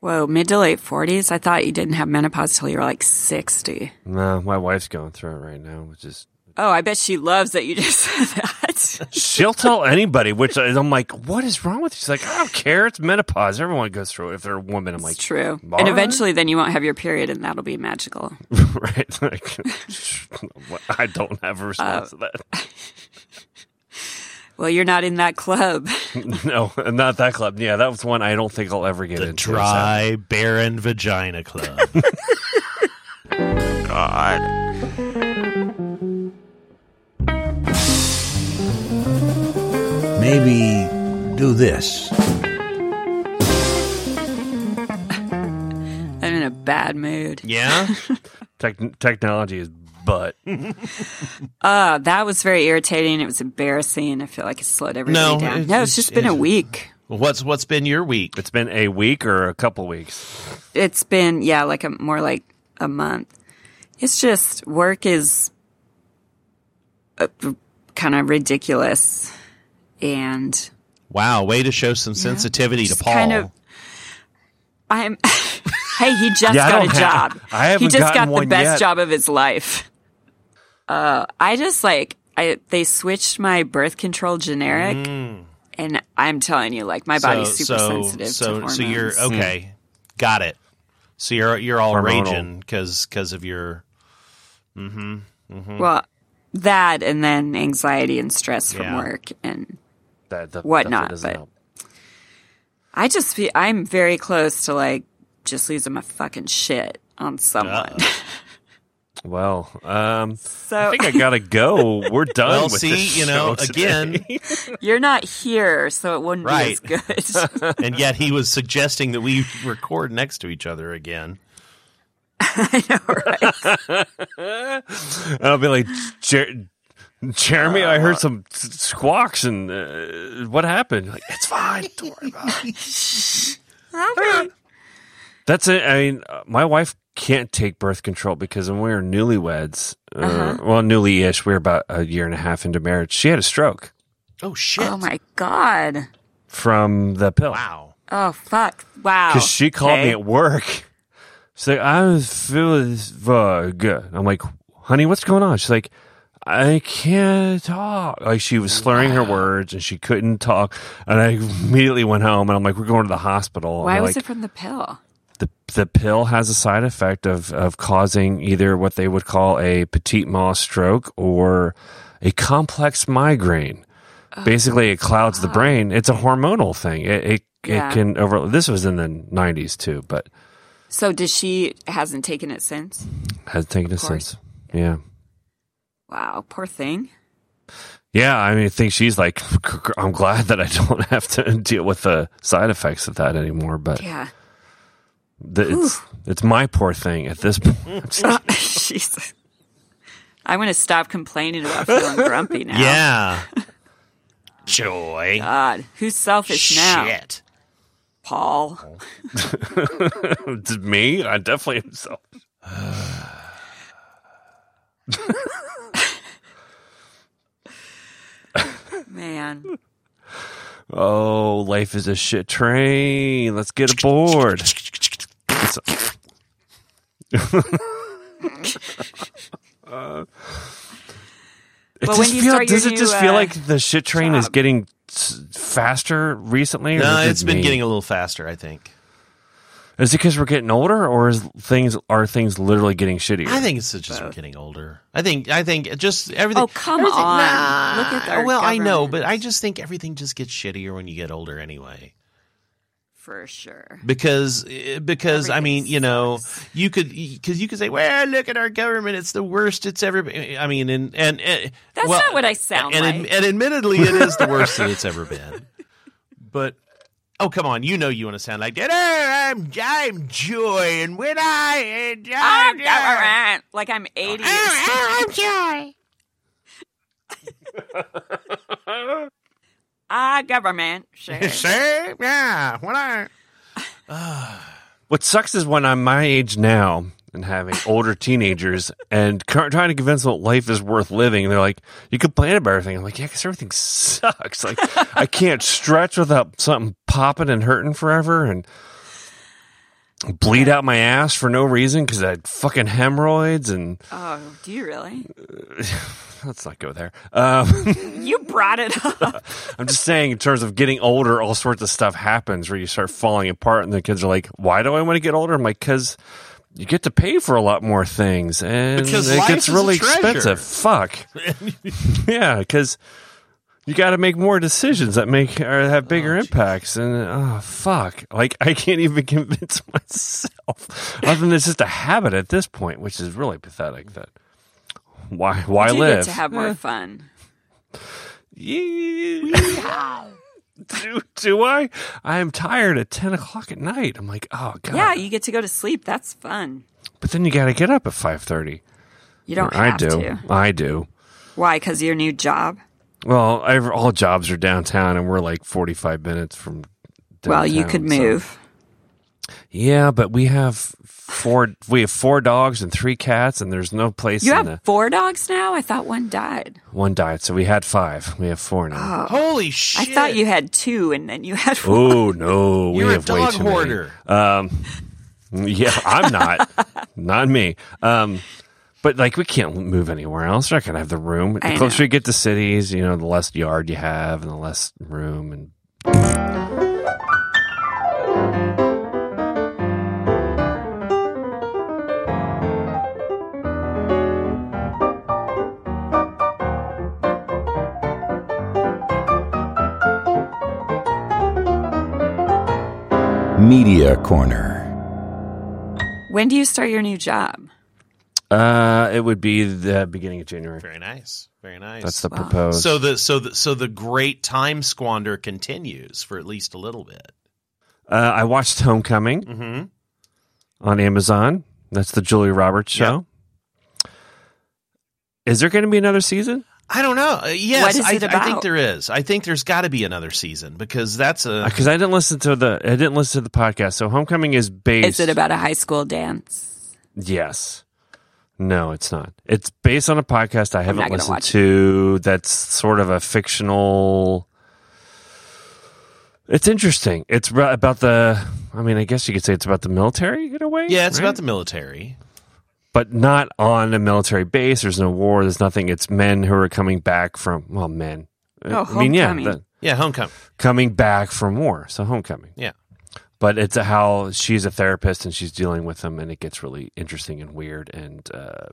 Speaker 2: Whoa, mid to late 40s? I thought you didn't have menopause till you were like 60.
Speaker 4: No, my wife's going through it right now, which is
Speaker 2: Oh, I bet she loves that you just said that.
Speaker 4: she'll tell anybody. Which I- I'm like, what is wrong with you? She's like, I don't care. It's menopause. Everyone goes through it if they're a woman. I'm
Speaker 2: It's
Speaker 4: like,
Speaker 2: true.
Speaker 4: all
Speaker 2: And
Speaker 4: right.
Speaker 2: eventually, then you won't have your period, and that'll be magical.
Speaker 4: right? Like, what- I don't have a response to
Speaker 2: Well, you're not in that club.
Speaker 4: that. no, not that club. Yeah, that was one I don't think I'll ever get
Speaker 1: The
Speaker 4: into.
Speaker 1: dry, barren vagina club.
Speaker 4: God.
Speaker 3: Maybe do this.
Speaker 2: I'm in a bad mood.
Speaker 1: yeah,
Speaker 4: Tech- technology is butt.
Speaker 1: Hmm.
Speaker 2: Uh, that was very irritating. It was embarrassing. I feel like it slowed everybody
Speaker 1: No,
Speaker 2: down.
Speaker 1: it's-
Speaker 2: no, it's just been a
Speaker 1: it's-
Speaker 2: week.
Speaker 1: what's what's been your week?
Speaker 4: It's been a week or a couple weeks.
Speaker 2: It's been, yeah, like a, more like a month. It's just work is kind of ridiculous. And
Speaker 1: Wow, way to show some sensitivity to
Speaker 2: just
Speaker 1: Paul.
Speaker 2: kind of- I'm, hey, he just
Speaker 4: Yeah,
Speaker 2: got
Speaker 4: I
Speaker 2: a
Speaker 4: don't have-
Speaker 2: job.
Speaker 4: I haven't
Speaker 2: he just
Speaker 4: gotten
Speaker 2: got the
Speaker 4: one
Speaker 2: best
Speaker 4: yet.
Speaker 2: job of his life. Uh, I just like, I, they switched my birth control generic.
Speaker 4: Mm.
Speaker 2: And I'm telling you, like my body's super sensitive
Speaker 1: So,
Speaker 2: to hormones.
Speaker 1: so you're okay. Got it. So you're you're all
Speaker 4: Hmm. Hormonal.
Speaker 1: raging because because of your
Speaker 4: Mm-hmm.
Speaker 2: Well, that and then anxiety and stress from
Speaker 1: Yeah.
Speaker 2: work, and
Speaker 4: That, that
Speaker 2: Whatnot,
Speaker 4: definitely doesn't
Speaker 2: but-
Speaker 4: help.
Speaker 2: I just feel I'm very close to like just losing my fucking shit on someone.
Speaker 4: Well, um, Uh. I
Speaker 2: so
Speaker 4: think I gotta go. We're done.
Speaker 1: well.
Speaker 4: with
Speaker 1: See,
Speaker 4: this
Speaker 1: you know,
Speaker 4: show
Speaker 1: again,
Speaker 4: today.
Speaker 2: you're not here, so it wouldn't
Speaker 1: Right.
Speaker 2: be as good.
Speaker 1: and yet he was suggesting that we record next to each other again.
Speaker 4: And I'll be like, Jer- Jeremy, I
Speaker 1: Uh,
Speaker 4: heard some s- squawks, and uh, what happened? Like, it's fine. Don't worry about it. That's it. I mean, uh, my wife can't take birth control because when we were newlyweds, uh, well, newly-ish, we were about a year and a half into marriage. She had a stroke
Speaker 1: Oh shit!
Speaker 2: oh my god!
Speaker 4: from the pill.
Speaker 1: Wow.
Speaker 2: Oh fuck! Wow.
Speaker 4: because she called
Speaker 2: Okay.
Speaker 4: me at work. She's like, I'm feeling uh, good. I'm like, honey, what's going on? She's like, I can't talk. Like she was slurring her words and she couldn't talk. And I immediately went home and I'm like, we're going to the hospital.
Speaker 2: Why
Speaker 4: and
Speaker 2: was
Speaker 4: like,
Speaker 2: it from the pill?
Speaker 4: the the pill has a side effect of of causing either what they would call a petit mal stroke or a complex migraine.
Speaker 2: Oh,
Speaker 4: Basically, it clouds the brain. It's a hormonal thing. It it,
Speaker 2: Yeah.
Speaker 4: it can over. This was in the '90s too, but
Speaker 2: So does she hasn't taken it since?
Speaker 4: has taken a
Speaker 2: course.
Speaker 4: sense. Yeah.
Speaker 2: Wow, poor thing.
Speaker 4: Yeah, I mean, I think she's like, I'm glad that I don't have to deal with the side effects of that anymore. But
Speaker 2: Yeah.
Speaker 4: the, it's it's my poor thing at this point.
Speaker 2: Jesus. I'm gonna stop complaining about feeling grumpy now.
Speaker 1: Yeah. Joy.
Speaker 2: God, who's selfish now,
Speaker 1: shit.
Speaker 2: Paul?
Speaker 4: It's me, I definitely am so.
Speaker 2: Man.
Speaker 4: Oh, life is a shit train. Let's get aboard. It's- It
Speaker 2: Well, when
Speaker 4: just
Speaker 2: do you
Speaker 4: feel-
Speaker 2: start your
Speaker 4: does it just
Speaker 2: new,
Speaker 4: feel
Speaker 2: uh,
Speaker 4: like the shit train is
Speaker 2: job?
Speaker 4: getting s- faster recently? or
Speaker 1: No,
Speaker 4: is it
Speaker 1: it's been
Speaker 4: me?
Speaker 1: getting a little faster. I think.
Speaker 4: Is it because we're getting older, or is things are things literally getting shittier?
Speaker 1: I think it's just we're getting older. I think I think just everything.
Speaker 2: Oh, come
Speaker 1: everything-
Speaker 2: on.
Speaker 1: Nah.
Speaker 2: Look at our
Speaker 1: well, I know, but
Speaker 2: government.
Speaker 1: I just think everything just gets shittier when you get older anyway.
Speaker 2: For sure.
Speaker 1: because eh, because I mean
Speaker 2: Everything
Speaker 1: you know you could because you could say well look at our government it's the worst it's ever been I mean and and, eh,
Speaker 2: That's
Speaker 1: well,
Speaker 2: not what I sound
Speaker 1: and,
Speaker 2: like.
Speaker 1: and admittedly it is the worst that it's ever been but Oh come on, you know you want to sound like that. Oh, I'm I'm joy, and when I and
Speaker 2: Ah,
Speaker 1: I'm,
Speaker 2: ah, ah, ah. like I'm 80.
Speaker 1: ah, I'm joy.
Speaker 2: Ah, government. Sure.
Speaker 1: Sir, yeah, when I
Speaker 4: What sucks is when I'm my age now and having older teenagers and cur- trying to convince them that life is worth living. And they're like, you complain about everything. I'm like, yeah, because everything sucks. Like, I can't stretch without something popping and hurting forever and bleed out my ass for no reason because I had fucking hemorrhoids. And
Speaker 2: Oh, do you really?
Speaker 4: let's not go there. Um,
Speaker 2: You brought it up.
Speaker 4: I'm just saying, in terms of getting older, all sorts of stuff happens where you start falling apart, and the kids are like, "Why do I want to get older?" I'm like, "Cause you get to pay for a lot more things, and
Speaker 1: Because
Speaker 4: it
Speaker 1: life
Speaker 4: gets
Speaker 1: is a
Speaker 4: really
Speaker 1: treasure."
Speaker 4: expensive. Fuck, yeah, because you got to make more decisions that make or have bigger impacts, and oh fuck, like I can't even convince myself. Other than it's just a habit at this point, which is really pathetic. That why why
Speaker 2: Do you
Speaker 4: live
Speaker 2: get to have more fun.
Speaker 4: yeah. do, do I? I am tired at 10 o'clock at night. I'm like, oh, God.
Speaker 2: Yeah, you get to go to sleep. That's fun.
Speaker 4: but then you got to get up at 5.30.
Speaker 2: You don't
Speaker 4: I
Speaker 2: have
Speaker 4: do.
Speaker 2: to.
Speaker 4: I do.
Speaker 2: Why? Because your new job?
Speaker 4: Well, i all jobs are downtown, and we're like 45 minutes from downtown.
Speaker 2: well, you could
Speaker 4: so-
Speaker 2: move.
Speaker 4: Yeah, but we have four we have four dogs and three cats and there's no place
Speaker 2: you
Speaker 4: in
Speaker 2: have
Speaker 4: the
Speaker 2: four dogs now? I thought one died.
Speaker 4: one died so we had five we have four
Speaker 2: Oh.
Speaker 4: now
Speaker 1: holy shit!
Speaker 2: I thought you had two and then you had one.
Speaker 4: oh no we
Speaker 1: You're a
Speaker 4: have way
Speaker 1: dog
Speaker 4: too many.
Speaker 1: hoarder.
Speaker 4: Yeah, I'm not. not me. Um, but like we can't move anywhere else. We're not gonna have the room. The
Speaker 2: I
Speaker 4: closer
Speaker 2: know.
Speaker 4: you get to cities, you know, the less yard you have and the less room and
Speaker 3: Media Corner.
Speaker 2: When do you start your new job?
Speaker 4: uh it would be the beginning of January.
Speaker 1: Very nice, very nice.
Speaker 4: That's the proposed.
Speaker 1: so the so the so the great time squander continues for at least a little bit.
Speaker 4: uh, I watched Homecoming
Speaker 1: Mm-hmm.
Speaker 4: on Amazon. That's the Julia Roberts show. Is there gonna be another season?
Speaker 1: I don't know. Uh, yes,
Speaker 2: What is
Speaker 1: I,
Speaker 2: it
Speaker 1: I think
Speaker 2: about?
Speaker 1: there is. I think there's got to be another season because that's a
Speaker 4: Because Uh, I didn't listen to the I didn't listen to the podcast. So Homecoming is based
Speaker 2: Is it about a high school dance?
Speaker 4: Yes. No, it's not. It's based on a podcast I haven't
Speaker 2: not gonna
Speaker 4: listened
Speaker 2: watch it.
Speaker 4: to that's sort of a fictional. It's interesting. It's ra- about the. I mean, I guess you could say it's about the military in a way.
Speaker 1: yeah. It's
Speaker 4: right?
Speaker 1: about the military.
Speaker 4: But not on a military base. There's no war. There's nothing. It's men who are coming back from. Well, men.
Speaker 2: Oh,
Speaker 4: I mean, yeah.
Speaker 2: homecoming.
Speaker 4: the-
Speaker 1: Yeah, homecoming.
Speaker 4: coming back from war. So homecoming.
Speaker 1: Yeah.
Speaker 4: But it's a how she's a therapist and she's dealing with them, and it gets really interesting and weird and uh,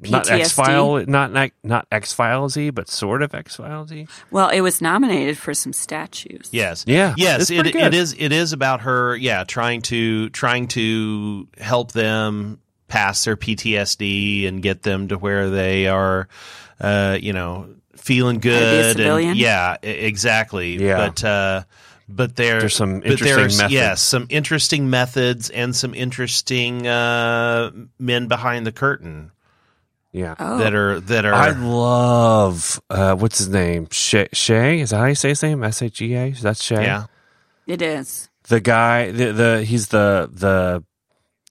Speaker 4: not
Speaker 2: PTSD?
Speaker 4: X file, not not not X filesy, but sort of X filesy.
Speaker 2: Well, it was nominated for some statues.
Speaker 1: Yes.
Speaker 4: Yeah,
Speaker 1: Yes.
Speaker 4: it's
Speaker 1: It,
Speaker 4: pretty good.
Speaker 1: it is. It is about her. Yeah, trying to trying to help them pass their PTSD and get them to where they are. Uh, you know, feeling good.
Speaker 2: civilian?
Speaker 1: And, yeah. e- Exactly.
Speaker 4: Yeah.
Speaker 1: But. Uh, but there,
Speaker 4: There's some
Speaker 1: but
Speaker 4: interesting
Speaker 1: there's,
Speaker 4: methods.
Speaker 1: Yes, some interesting methods and some interesting uh, men behind the curtain
Speaker 4: Yeah,
Speaker 2: Oh,
Speaker 1: that are that are.
Speaker 4: I love uh, what's his name Shay. Shay is that how you say his name? S H E A. That's Shay.
Speaker 1: yeah.
Speaker 2: it is.
Speaker 4: the guy. The, the he's the the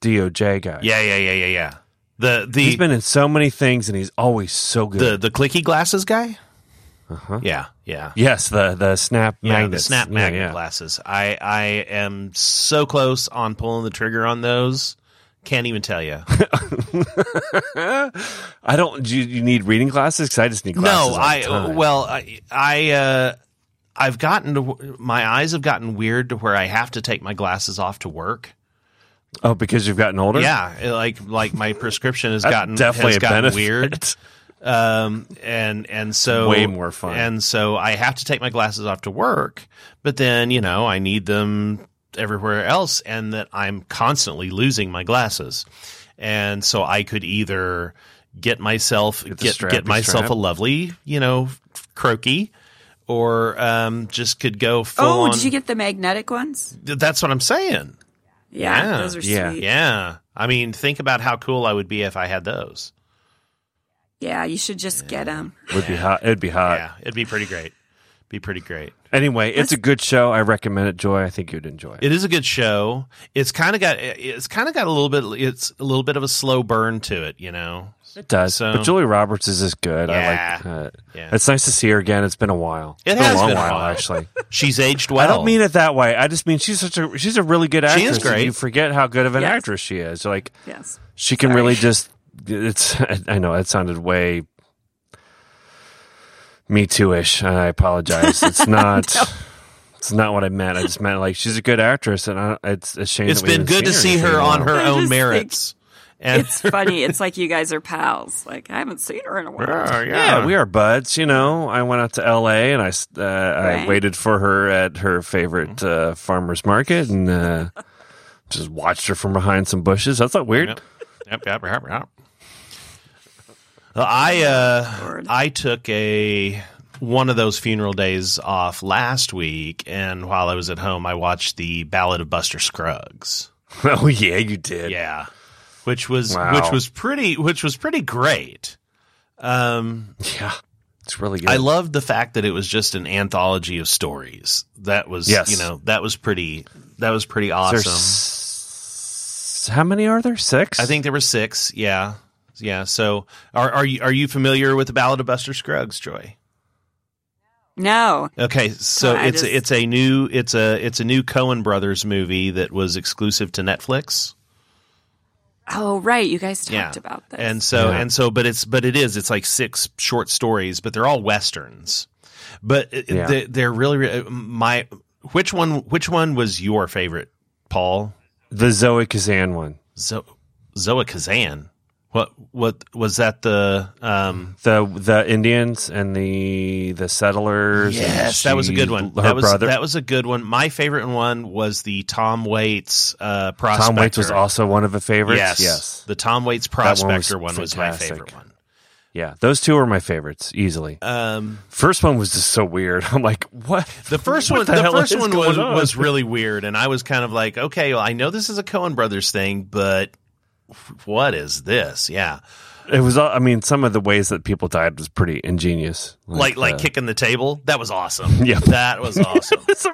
Speaker 4: DOJ guy.
Speaker 1: Yeah. Yeah. Yeah. Yeah. Yeah. The the
Speaker 4: he's been in so many things, and he's always so good.
Speaker 1: the the clicky glasses guy.
Speaker 4: Uh-huh.
Speaker 1: Yeah, yeah,
Speaker 4: Yes, the the snap
Speaker 1: yeah.
Speaker 4: magnets.
Speaker 1: The snap
Speaker 4: Yeah,
Speaker 1: magnet
Speaker 4: yeah.
Speaker 1: glasses. I I am so close on pulling the trigger on those. Can't even tell you.
Speaker 4: I don't. Do you, you need reading glasses? Because I just need glasses.
Speaker 1: no,
Speaker 4: all the
Speaker 1: I
Speaker 4: time.
Speaker 1: well, I I uh, I've gotten to wh- my eyes have gotten weird to where I have to take my glasses off to work.
Speaker 4: Oh, because you've gotten older.
Speaker 1: Yeah, it- like like my prescription has
Speaker 4: That's
Speaker 1: gotten
Speaker 4: definitely
Speaker 1: has
Speaker 4: a
Speaker 1: gotten
Speaker 4: benefit.
Speaker 1: weird. um, and and so
Speaker 4: Way more fun.
Speaker 1: And so I have to take my glasses off to work, but then you know I need them everywhere else, and that I'm constantly losing my glasses, and so I could either get myself
Speaker 4: the
Speaker 1: get
Speaker 4: strap,
Speaker 1: get
Speaker 4: the
Speaker 1: myself
Speaker 4: strap.
Speaker 1: a lovely you know croaky. or um, just could go full
Speaker 2: oh,
Speaker 1: on.
Speaker 2: did you get the magnetic ones?
Speaker 1: Th- That's what I'm saying.
Speaker 2: Yeah,
Speaker 1: Yeah,
Speaker 2: those are
Speaker 4: yeah.
Speaker 2: sweet.
Speaker 1: Yeah. I mean, think about how cool I would be if I had those.
Speaker 2: Yeah, you should just get 'em. get them.
Speaker 4: Would be hot. It'd be hot.
Speaker 1: yeah, it'd be pretty great. Be pretty great.
Speaker 4: Anyway, it's a good show. I recommend it, Joy. I think you'd enjoy it.
Speaker 1: It is a good show. It's kind of got it's kind of got a little bit it's a little bit of a slow burn to it, you know.
Speaker 4: It does.
Speaker 1: So-
Speaker 4: but Julie Roberts is as good.
Speaker 1: Yeah.
Speaker 4: I like. Uh,
Speaker 1: Yeah.
Speaker 4: It's nice to see her again. It's been a while.
Speaker 1: It
Speaker 4: It's been
Speaker 1: has
Speaker 4: a long
Speaker 1: been a
Speaker 4: while,
Speaker 1: while.
Speaker 4: actually.
Speaker 1: She's aged well.
Speaker 4: I don't mean it that way. I just mean she's such a she's a really good actress.
Speaker 1: is
Speaker 4: and
Speaker 1: great.
Speaker 4: You forget how good of an
Speaker 2: Yes.
Speaker 4: actress she is. Like
Speaker 2: Yes.
Speaker 4: she can really just. It's. I know it sounded way. Me too ish. I apologize. It's not. It's not what I meant. I just meant like she's a good actress, and I, it's a shame.
Speaker 1: it's
Speaker 4: that we
Speaker 1: been
Speaker 4: haven't
Speaker 1: good to see
Speaker 4: seen
Speaker 1: her
Speaker 4: in a
Speaker 1: on
Speaker 4: while.
Speaker 1: her
Speaker 2: I
Speaker 1: own
Speaker 2: just think-
Speaker 1: merits. And
Speaker 2: It's funny. It's like you guys are pals. Like I haven't seen her in a while.
Speaker 4: Yeah, we are buds. You know, I went out to L.A. and I s- uh, I
Speaker 2: Right.
Speaker 4: waited for her at her favorite
Speaker 1: Mm-hmm.
Speaker 4: uh, farmers market and uh, just watched her from behind some bushes. That's not weird.
Speaker 1: Yep. Yep, yep, yep, yep. Well, I uh,
Speaker 2: Lord.
Speaker 1: I took a one of those funeral days off last week, and while I was at home, I watched the Ballad of Buster Scruggs.
Speaker 4: oh yeah, you did.
Speaker 1: Yeah, which was
Speaker 4: Wow.
Speaker 1: which was pretty which was pretty great. Um,
Speaker 4: Yeah. it's really good.
Speaker 1: I loved the fact that it was just an anthology of stories. That was
Speaker 4: Yes.
Speaker 1: you know that was pretty that was pretty
Speaker 4: There's
Speaker 1: awesome.
Speaker 4: s- how many are there? Six.
Speaker 1: I think there were six. Yeah, yeah. So are are you are you familiar with the Ballad of Buster Scruggs, Joy?
Speaker 2: No.
Speaker 1: Okay, so
Speaker 2: God, I
Speaker 1: it's
Speaker 2: just-
Speaker 1: it's a new it's a it's a new Cohen Brothers movie that was exclusive to Netflix.
Speaker 2: Oh right, you guys talked about this.
Speaker 1: And so
Speaker 4: Yeah.
Speaker 1: and so but it's but it is it's like six short stories, but they're all westerns. But it-
Speaker 4: Yeah.
Speaker 1: they, they're really re- uh, my which one which one was your favorite, Paul?
Speaker 4: the Zoe Kazan one.
Speaker 1: Zo- Zoa Kazan. What what was that the um
Speaker 4: The the Indians and the the settlers. and
Speaker 1: Yes, that was a
Speaker 4: she-
Speaker 1: good one.
Speaker 4: Her
Speaker 1: that was
Speaker 4: brother
Speaker 1: that was a good one. My favorite one was the Tom Waits uh prospector.
Speaker 4: Tom Waits was also one of the favorites.
Speaker 1: Yes.
Speaker 4: yes.
Speaker 1: The Tom Waits
Speaker 4: That
Speaker 1: Prospector
Speaker 4: one
Speaker 1: one
Speaker 4: was
Speaker 1: was, my
Speaker 4: fantastic.
Speaker 1: favorite one.
Speaker 4: Yeah, those two are my favorites easily.
Speaker 1: Um,
Speaker 4: First one was just so weird. I'm like, what?
Speaker 1: the first
Speaker 4: What
Speaker 1: one,
Speaker 4: the
Speaker 1: the,
Speaker 4: hell
Speaker 1: first
Speaker 4: is
Speaker 1: one
Speaker 4: going
Speaker 1: was,
Speaker 4: on?
Speaker 1: was really weird, and I was kind of like, okay, well, I know this is a Cohen Brothers thing, but what is this? Yeah,
Speaker 4: It was. all- I mean, some of the ways that people died was pretty ingenious.
Speaker 1: like like
Speaker 4: uh,
Speaker 1: kicking the table. That was awesome.
Speaker 4: Yep.
Speaker 1: that was awesome.
Speaker 4: it's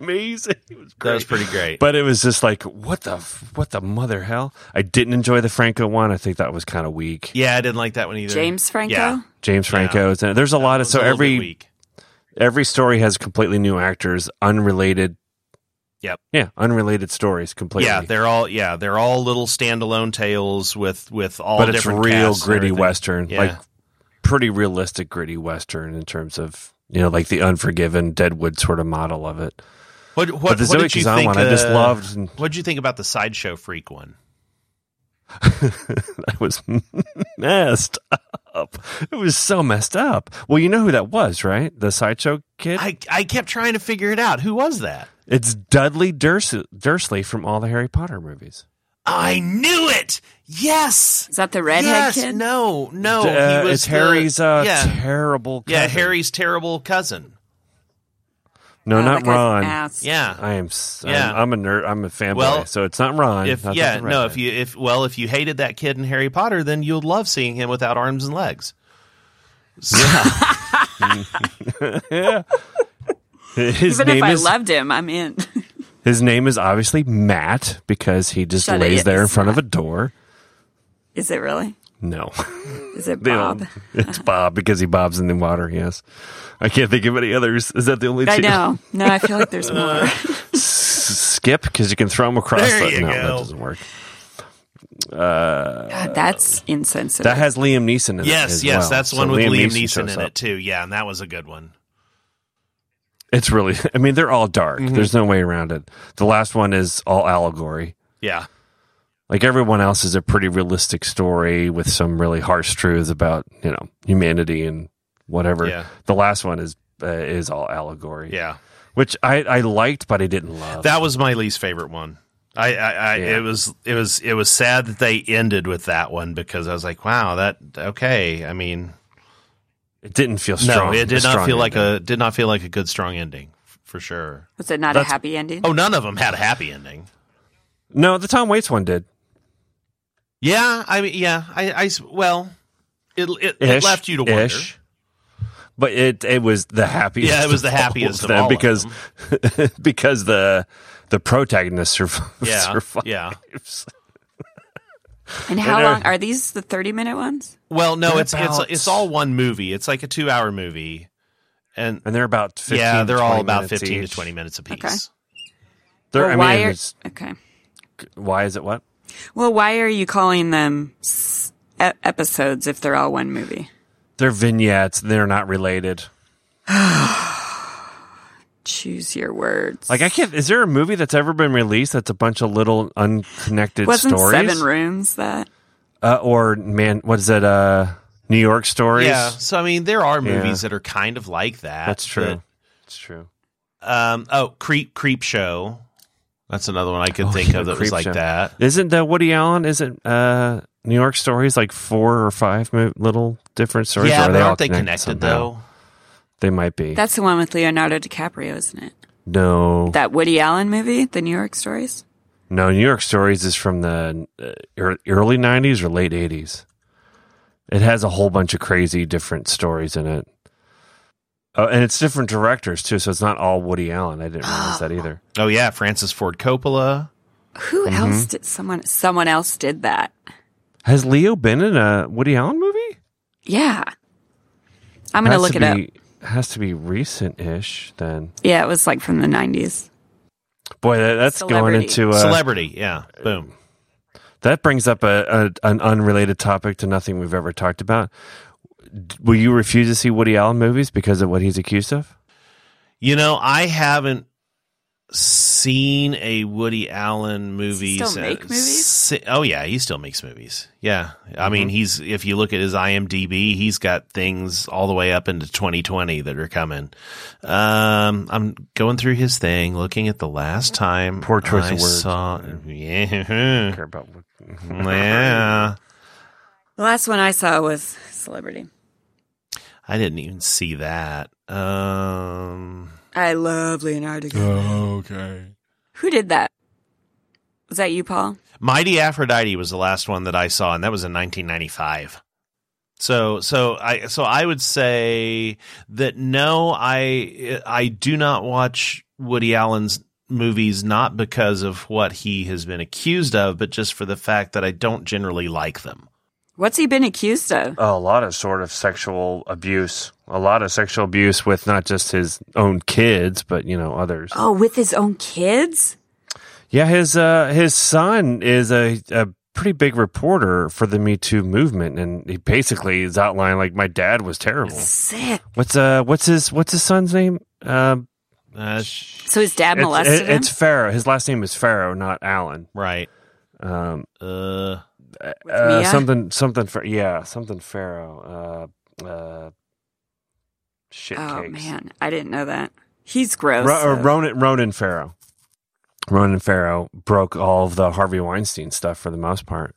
Speaker 4: amazing. It was
Speaker 1: that
Speaker 4: great.
Speaker 1: was pretty great.
Speaker 4: but it was just like, what the f- what the mother hell? I didn't enjoy the Franco one. I think that was kind of weak.
Speaker 1: yeah, I didn't like that one either.
Speaker 2: James Franco.
Speaker 1: Yeah.
Speaker 4: James Franco. is in it. There's a
Speaker 1: It
Speaker 4: lot of
Speaker 1: was
Speaker 4: so
Speaker 1: a little bit
Speaker 4: every
Speaker 1: weak.
Speaker 4: every story has completely new actors, unrelated.
Speaker 1: Yep.
Speaker 4: Yeah, unrelated stories completely.
Speaker 1: Yeah, they're all yeah, they're all little standalone tales with with all.
Speaker 4: but it's
Speaker 1: different
Speaker 4: real
Speaker 1: casts and
Speaker 4: gritty
Speaker 1: everything.
Speaker 4: western,
Speaker 1: Yeah.
Speaker 4: like pretty realistic gritty western in terms of you know like the Unforgiven, Deadwood sort of model of it.
Speaker 1: What what,
Speaker 4: but the
Speaker 1: what
Speaker 4: Zoe
Speaker 1: did you
Speaker 4: Kazan
Speaker 1: think?
Speaker 4: one, I just
Speaker 1: uh,
Speaker 4: loved. And
Speaker 1: What did you think about the sideshow freak one?
Speaker 4: that was messed up. It was so messed up. Well, you know who that was, right? The sideshow kid.
Speaker 1: I, I kept trying to figure it out. Who was that?
Speaker 4: it's Dudley Durs- Dursley from all the Harry Potter movies.
Speaker 1: I knew it. Yes.
Speaker 2: Is that the redhead
Speaker 1: yes.
Speaker 2: kid?
Speaker 1: No, no.
Speaker 4: Uh,
Speaker 1: Oh, he was
Speaker 4: it's Harry's
Speaker 1: the-
Speaker 4: uh,
Speaker 1: yeah.
Speaker 4: terrible.
Speaker 1: yeah,
Speaker 4: cousin.
Speaker 1: Harry's terrible cousin.
Speaker 4: No,
Speaker 2: Oh,
Speaker 4: not
Speaker 2: that guy's
Speaker 4: Ron.
Speaker 2: an ass.
Speaker 1: Yeah.
Speaker 4: I am. s- I'm-
Speaker 1: Yeah.
Speaker 4: I'm, a nerd. I'm a fanboy.
Speaker 1: Well,
Speaker 4: so it's not Ron.
Speaker 1: If
Speaker 4: not
Speaker 1: yeah,
Speaker 4: Dudley
Speaker 1: no,
Speaker 4: Redman.
Speaker 1: if you if well, if you hated that kid in Harry Potter, then you'll love seeing him without arms and legs. Yeah.
Speaker 4: His
Speaker 2: Even if
Speaker 4: name
Speaker 2: I
Speaker 4: is
Speaker 2: loved him, I'm in.
Speaker 4: his name is obviously Matt because he just
Speaker 2: Shut it,
Speaker 4: lays there in
Speaker 2: it's
Speaker 4: front of a door.
Speaker 2: Is it really?
Speaker 4: No,
Speaker 2: Is it
Speaker 4: They don't-
Speaker 2: Bob?
Speaker 4: It's Bob because he bobs in the water. Yes, I can't think of any others. Is that the only?
Speaker 2: I
Speaker 4: two?
Speaker 2: know. No, I feel like there's more.
Speaker 4: S- Skip because you can throw him across.
Speaker 1: There
Speaker 4: the,
Speaker 1: you
Speaker 4: no,
Speaker 1: go.
Speaker 4: that doesn't work.
Speaker 2: God, that's insensitive.
Speaker 4: That has Liam Neeson in it.
Speaker 1: yes,
Speaker 4: as
Speaker 1: yes,
Speaker 4: well.
Speaker 1: that's the one
Speaker 4: So
Speaker 1: with Liam, Neeson
Speaker 4: shows
Speaker 1: in
Speaker 4: up.
Speaker 1: it too. Yeah, and that was a good one.
Speaker 4: It's really. I mean, they're all dark.
Speaker 1: Mm-hmm.
Speaker 4: There's no way around it. The last one is all allegory.
Speaker 1: Yeah.
Speaker 4: like everyone else is a pretty realistic story with some really harsh truths about you know humanity and whatever
Speaker 1: Yeah.
Speaker 4: the last one is uh, is all allegory
Speaker 1: Yeah.
Speaker 4: which i i liked but i didn't love
Speaker 1: That was my least favorite one. I, I, I
Speaker 4: Yeah.
Speaker 1: it was it was it was sad that they ended with that one because I was like, wow, that okay. I mean,
Speaker 4: It didn't feel strong.
Speaker 1: no, it did not
Speaker 4: strong
Speaker 1: feel like
Speaker 4: ending.
Speaker 1: a did not feel like a good strong ending f- for sure.
Speaker 2: Was it not a
Speaker 4: That's-
Speaker 2: happy ending?
Speaker 1: Oh, none of them had a happy ending.
Speaker 4: No, the Tom Waits one did.
Speaker 1: Yeah, I mean, yeah, I, I s- well, it it, it
Speaker 4: Ish,
Speaker 1: left you to wonder.
Speaker 4: ish. But it it was the happiest.
Speaker 1: Yeah, it was the
Speaker 4: of all
Speaker 1: happiest of
Speaker 4: them
Speaker 1: all of
Speaker 4: because because the the protagonist survived.
Speaker 1: Yeah,
Speaker 4: survives.
Speaker 1: yeah.
Speaker 2: and how
Speaker 4: no.
Speaker 2: long are these? The thirty-minute ones?
Speaker 1: Well, no,
Speaker 4: They're
Speaker 1: it's it's
Speaker 4: about-
Speaker 1: it's all one movie. It's like a two hour movie, and
Speaker 4: and they're about 15,
Speaker 1: yeah, they're
Speaker 4: 20
Speaker 1: all about
Speaker 4: minutes
Speaker 1: fifteen
Speaker 4: each.
Speaker 1: to twenty minutes apiece.
Speaker 2: Okay.
Speaker 4: They're,
Speaker 2: Well,
Speaker 4: I
Speaker 2: why
Speaker 4: mean,
Speaker 2: are-
Speaker 4: it's-
Speaker 2: Okay.
Speaker 4: why is it what?
Speaker 2: Well, why are you calling them s- e- episodes if they're all one movie?
Speaker 4: They're vignettes. They're not related.
Speaker 2: Choose your words.
Speaker 4: Like I can't. Is there a movie that's ever been released that's a bunch of little unconnected
Speaker 2: Wasn't
Speaker 4: stories?
Speaker 2: Seven Rooms that?
Speaker 4: uh, or man, what is it? Uh, New York stories.
Speaker 1: Yeah, so I mean, there are
Speaker 4: Yeah.
Speaker 1: movies that are kind of like that.
Speaker 4: that's true.
Speaker 1: but,
Speaker 4: That's true.
Speaker 1: um, oh, creep creep show. That's another one I could think
Speaker 4: yeah,
Speaker 1: of that was like
Speaker 4: Creepshow.
Speaker 1: that.
Speaker 4: Isn't uh, Woody Allen? Isn't uh, New York stories like four or five mo- little different stories? or
Speaker 1: yeah,
Speaker 4: are
Speaker 1: but
Speaker 4: they all
Speaker 1: aren't they connected
Speaker 4: connected, somehow?
Speaker 1: though?
Speaker 4: They might be.
Speaker 2: That's the one with Leonardo DiCaprio, isn't it?
Speaker 4: no,
Speaker 2: That Woody Allen movie, The New York Stories.
Speaker 4: no. New York stories is from the uh, ear- early '90s or late '80s. It has a whole bunch of crazy different stories in it. Uh, and it's different directors too, so it's not all Woody Allen. I didn't realize that either.
Speaker 1: Oh yeah, Francis Ford Coppola.
Speaker 2: Who
Speaker 4: Mm-hmm.
Speaker 2: else did someone? Someone else did that.
Speaker 4: Has Leo been in a Woody Allen movie?
Speaker 2: Yeah. I'm gonna look it up.
Speaker 4: up. Has to be recent-ish then.
Speaker 2: Yeah, it was like from the 90s.
Speaker 4: Boy, that, that's going
Speaker 2: Celebrity.
Speaker 4: into uh,
Speaker 1: Celebrity, yeah. Boom.
Speaker 4: that brings up a, a an unrelated topic to nothing we've ever talked about. D- Will you refuse to see Woody Allen movies because of what he's accused of?
Speaker 1: You know, I haven't seen a Woody Allen movie.
Speaker 2: Does he still
Speaker 1: since-
Speaker 2: make movies?
Speaker 1: si- oh yeah, he still makes movies. Yeah, I
Speaker 4: Mm-hmm.
Speaker 1: mean, he's if you look at his IMDb, he's got things all the way up into 2020 that are coming. Um, I'm going through his thing, looking at the last time
Speaker 4: Poor choice
Speaker 1: I
Speaker 4: of words.
Speaker 1: Saw, yeah,
Speaker 4: Care about what?
Speaker 1: yeah.
Speaker 2: The last one I saw was Celebrity.
Speaker 1: I didn't even see that. Um,
Speaker 2: I love Leonardo DiCaprio.
Speaker 1: okay.
Speaker 2: Who did that? Was that you, Paul?
Speaker 1: Mighty Aphrodite was the last one that I saw, and that was in 1995. So, so I, so I would say that no, I, I do not watch Woody Allen's movies not because of what he has been accused of, but just for the fact that I don't generally like them.
Speaker 2: What's he been accused of?
Speaker 4: a lot of sort of sexual abuse, a lot of sexual abuse with not just his own kids, but you know others.
Speaker 2: Oh, with his own kids?
Speaker 4: Yeah, his uh, his son is a, a pretty big reporter for the Me Too movement, and he basically is outlined like my dad was terrible.
Speaker 2: Sick.
Speaker 4: What's uh what's his what's his son's name? Um,
Speaker 1: Uh, sh-
Speaker 2: So his dad
Speaker 4: it's,
Speaker 2: molested
Speaker 4: it- it's
Speaker 2: him?
Speaker 4: Farrow. His last name is Farrow, not Allen.
Speaker 1: right.
Speaker 4: Um,
Speaker 1: Uh,
Speaker 2: With
Speaker 4: uh,
Speaker 2: Mia?
Speaker 4: something something Fa- yeah something Farrow. Uh, uh, shit
Speaker 2: Oh,
Speaker 4: cakes.
Speaker 2: man. I didn't know that. He's gross.
Speaker 4: Ro- or
Speaker 2: though.
Speaker 4: Ronan, Ronan Farrow. Ronan Farrow broke all of the Harvey Weinstein stuff for the most part.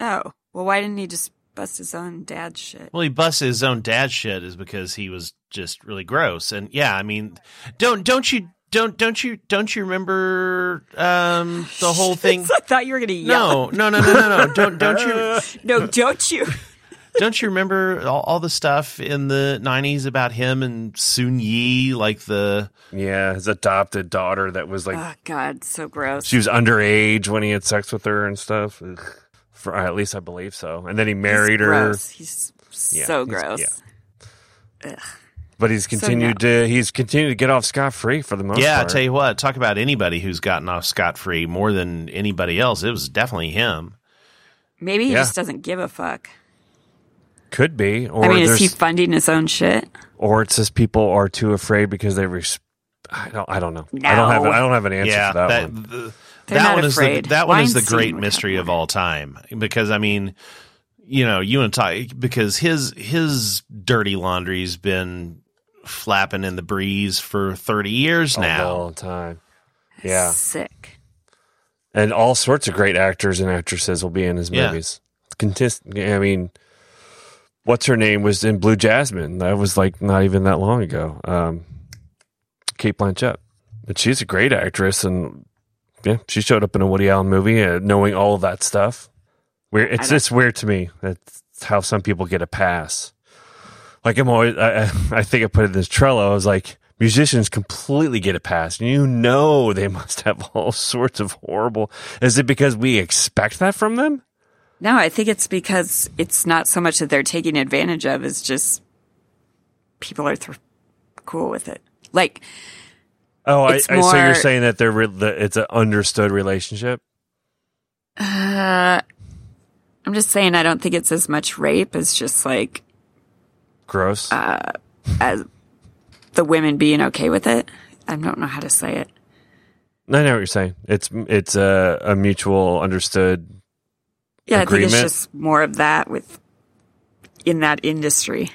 Speaker 2: oh, well, why didn't he just bust his own dad's shit?
Speaker 1: Well, he busted his own dad shit is because he was just really gross. And yeah, I mean, don't don't you don't don't you don't you remember um the whole thing?
Speaker 2: I thought you were going to yell.
Speaker 1: No, no, no, no, no, no. Don't don't you
Speaker 2: No. no, don't you?
Speaker 1: don't you remember all, all the stuff in the nineties about him and Soon Yi, like the
Speaker 4: Yeah, his adopted daughter that was like
Speaker 2: Oh, God. So gross.
Speaker 4: she was underage when he had sex with her and stuff. Ugh. For at least I believe so. And then he married
Speaker 2: he's
Speaker 4: her,
Speaker 2: Gross. He's
Speaker 4: Yeah,
Speaker 2: so
Speaker 4: he's-
Speaker 2: gross.
Speaker 4: but he's continued to he's continued to get off scot free for the most
Speaker 1: Yeah, I
Speaker 4: part.
Speaker 1: tell you what, talk about anybody who's gotten off scot free more than anybody else. It was definitely him.
Speaker 2: Maybe he
Speaker 4: Yeah.
Speaker 2: just doesn't give a fuck.
Speaker 4: could be, or
Speaker 2: I mean, is
Speaker 4: there's,
Speaker 2: he funding his own shit?
Speaker 4: or it's just people are too afraid because they. Res- I don't. I don't know. I don't have.
Speaker 2: No.
Speaker 4: I don't have an answer
Speaker 1: yeah,
Speaker 4: for that,
Speaker 1: that,
Speaker 4: one.
Speaker 1: th-
Speaker 2: They're
Speaker 1: that
Speaker 2: not
Speaker 1: one is the
Speaker 2: afraid.
Speaker 1: that one is the
Speaker 2: Weinstein
Speaker 1: great
Speaker 2: would
Speaker 1: mystery
Speaker 2: have
Speaker 1: of all time because I mean, you know, you and Ty because his his dirty laundry's been flapping in the breeze for thirty years
Speaker 4: a
Speaker 1: now.
Speaker 4: long time. Yeah,
Speaker 2: Sick.
Speaker 4: and all sorts of great actors and actresses will be in his
Speaker 1: Yeah.
Speaker 4: movies. Contest. I mean, what's her name was in Blue Jasmine. That was like not even that long ago. Um, Kate Blanchett, and she's a great actress, and yeah, she showed up in a Woody Allen movie, uh, knowing all of that stuff. Weird. It's
Speaker 2: don't-
Speaker 4: just weird to me. That's how some people get a pass. Like I'm always, I, I- I think I put it in this Trello. I was like, musicians completely get a pass. You know, they must have all sorts of horrible. Is it because we expect that from them?
Speaker 2: No, I think it's because it's not so much that they're taking advantage of, it's just people are thr cool with it. Like,
Speaker 4: Oh, I,
Speaker 2: It's
Speaker 4: I, so you're
Speaker 2: more-
Speaker 4: saying that they're re- the, it's an understood relationship?
Speaker 2: uh, I'm just saying, I don't think it's as much rape as just like
Speaker 4: Gross.
Speaker 2: Uh, the women being okay with it. I don't know how to say it.
Speaker 4: I know what you're saying. It's it's a, a mutual understood.
Speaker 2: Yeah, I think
Speaker 4: Agreement.
Speaker 2: it's just more of that with in that industry.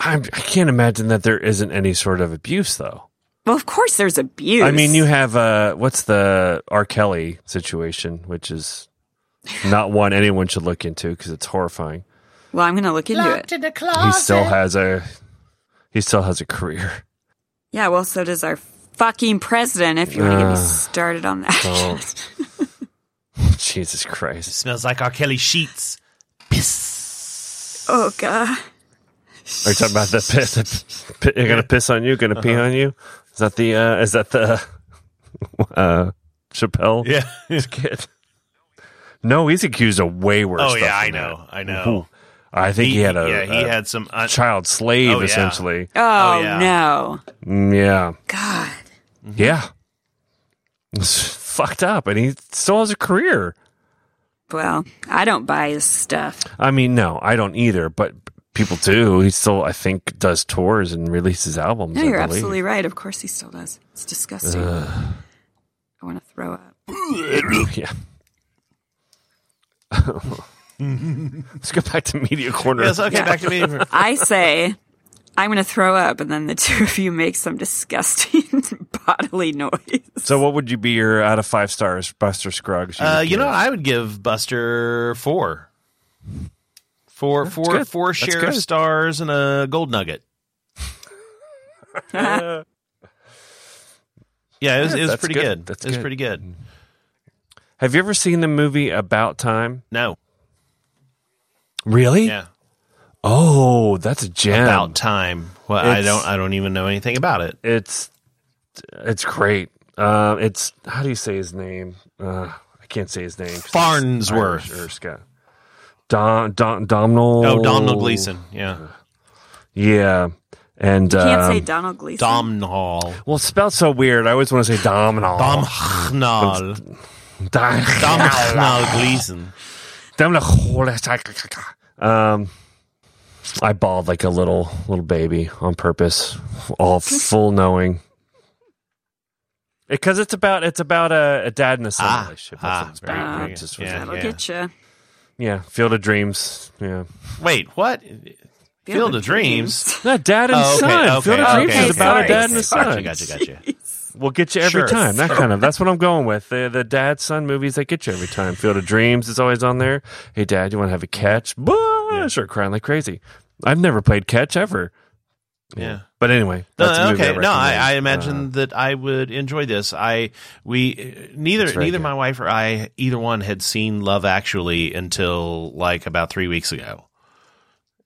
Speaker 4: I'm, I can't imagine that there isn't any sort of abuse though.
Speaker 2: Well, of course, there's abuse.
Speaker 4: I mean, you have uh, what's the R. Kelly situation, which is not one anyone should look into because it's horrifying.
Speaker 2: Well, I'm going to look into it.
Speaker 5: Locked in a
Speaker 4: He
Speaker 5: closet.
Speaker 4: still has a he still has a career.
Speaker 2: Yeah, well, so does our fucking president. If you want to get me
Speaker 4: Ugh.
Speaker 2: started on that,
Speaker 4: Don't. Jesus Christ!
Speaker 1: smells like R. Kelly sheets. Piss.
Speaker 2: oh god.
Speaker 4: Are you talking about the piss? The pi- You're gonna piss on you? Gonna pee
Speaker 1: Uh-huh.
Speaker 4: on you? Is that the uh, is that the uh, Chappelle?
Speaker 1: Yeah.
Speaker 4: kid. No, he's accused of way worse.
Speaker 1: oh
Speaker 4: stuff
Speaker 1: yeah, I
Speaker 4: than
Speaker 1: know.
Speaker 4: that.
Speaker 1: I know.
Speaker 4: I think he, had a,
Speaker 1: yeah, he
Speaker 4: a
Speaker 1: had some. uh, Un-
Speaker 4: child slave
Speaker 1: Oh, yeah.
Speaker 4: essentially.
Speaker 2: Oh,
Speaker 1: yeah.
Speaker 2: no.
Speaker 4: Mm, Yeah,
Speaker 2: God.
Speaker 1: Mm-hmm.
Speaker 4: yeah. It's fucked up, and he still has a career.
Speaker 2: Well, I don't buy his stuff.
Speaker 4: I mean, no, I don't either, but people do. He still, I think, does tours and releases albums.
Speaker 2: No,
Speaker 4: I
Speaker 2: you're
Speaker 4: believe.
Speaker 2: absolutely right. Of course he still does. It's disgusting. I want to throw up.
Speaker 4: Yeah. Let's go back to media corner.
Speaker 1: Yes, okay,
Speaker 2: Yeah.
Speaker 1: back to me.
Speaker 2: I say I'm going to throw up and then the two of you make some disgusting bodily noise.
Speaker 4: So, what would you be your out of five stars, Buster Scruggs? would
Speaker 1: Uh, you
Speaker 4: give?
Speaker 1: know, I would give Buster four. Four, four,
Speaker 4: good.
Speaker 1: four
Speaker 4: That's
Speaker 1: sheriff
Speaker 4: good.
Speaker 1: stars and a gold nugget. Yeah, it was,
Speaker 4: Yeah,
Speaker 1: it was
Speaker 4: that's
Speaker 1: pretty
Speaker 4: good.
Speaker 1: good.
Speaker 4: That's
Speaker 1: it was
Speaker 4: good.
Speaker 1: pretty good.
Speaker 4: Have you ever seen the movie About Time?
Speaker 1: No,
Speaker 4: Really?
Speaker 1: yeah,
Speaker 4: Oh, that's a gem.
Speaker 1: about time. Well, I
Speaker 4: It's-
Speaker 1: don't, I don't even know anything about it.
Speaker 4: It's it's great. Uh, it's how do you say his name? Uh, I can't say his name. 'cause it's
Speaker 1: Farnsworth.
Speaker 4: Irish or Scot- Don Don Domhnall.
Speaker 1: Oh, Domhnall Gleeson. Yeah,
Speaker 4: Yeah, and
Speaker 2: Can't
Speaker 4: um,
Speaker 2: say Donald Gleason.
Speaker 1: Domhnall.
Speaker 4: well, it's spelled so weird. I always want to say Domhnall. Oh.
Speaker 1: Domhnall.
Speaker 4: Dom-
Speaker 1: Domhnall Gleeson.
Speaker 4: Domhnall. Um, I bawled like a little little baby on purpose, all full knowing. Because it's about it's about a, a dad and a son
Speaker 1: Ah,
Speaker 4: relationship.
Speaker 1: ah,
Speaker 4: it's
Speaker 1: very
Speaker 2: good.
Speaker 4: It just was-
Speaker 1: Yeah.
Speaker 4: yeah.
Speaker 2: That'll get you.
Speaker 4: Field of Dreams. Yeah,
Speaker 1: Wait, what? Field of Dreams.
Speaker 4: no, dad and
Speaker 1: Oh,
Speaker 4: son. Field of Dreams
Speaker 2: okay,
Speaker 4: is about
Speaker 2: sorry.
Speaker 4: a dad and a son.
Speaker 1: Gotcha, gotcha, gotcha.
Speaker 4: We'll get you every
Speaker 1: Sure.
Speaker 4: time. That kind of that's what I'm going with. The the dad son movies that get you every time. Field of Dreams is always on there. Hey dad, you want to have a catch? Bah! Sure, crying like crazy. I've never played catch ever.
Speaker 1: Yeah.
Speaker 4: But anyway,
Speaker 1: No,
Speaker 4: that's a movie
Speaker 1: okay. No, I, I
Speaker 4: recommend. Uh,
Speaker 1: imagine that I would enjoy this. I we neither
Speaker 4: very
Speaker 1: neither
Speaker 4: good.
Speaker 1: my wife or I either one had seen Love Actually until like about three weeks ago,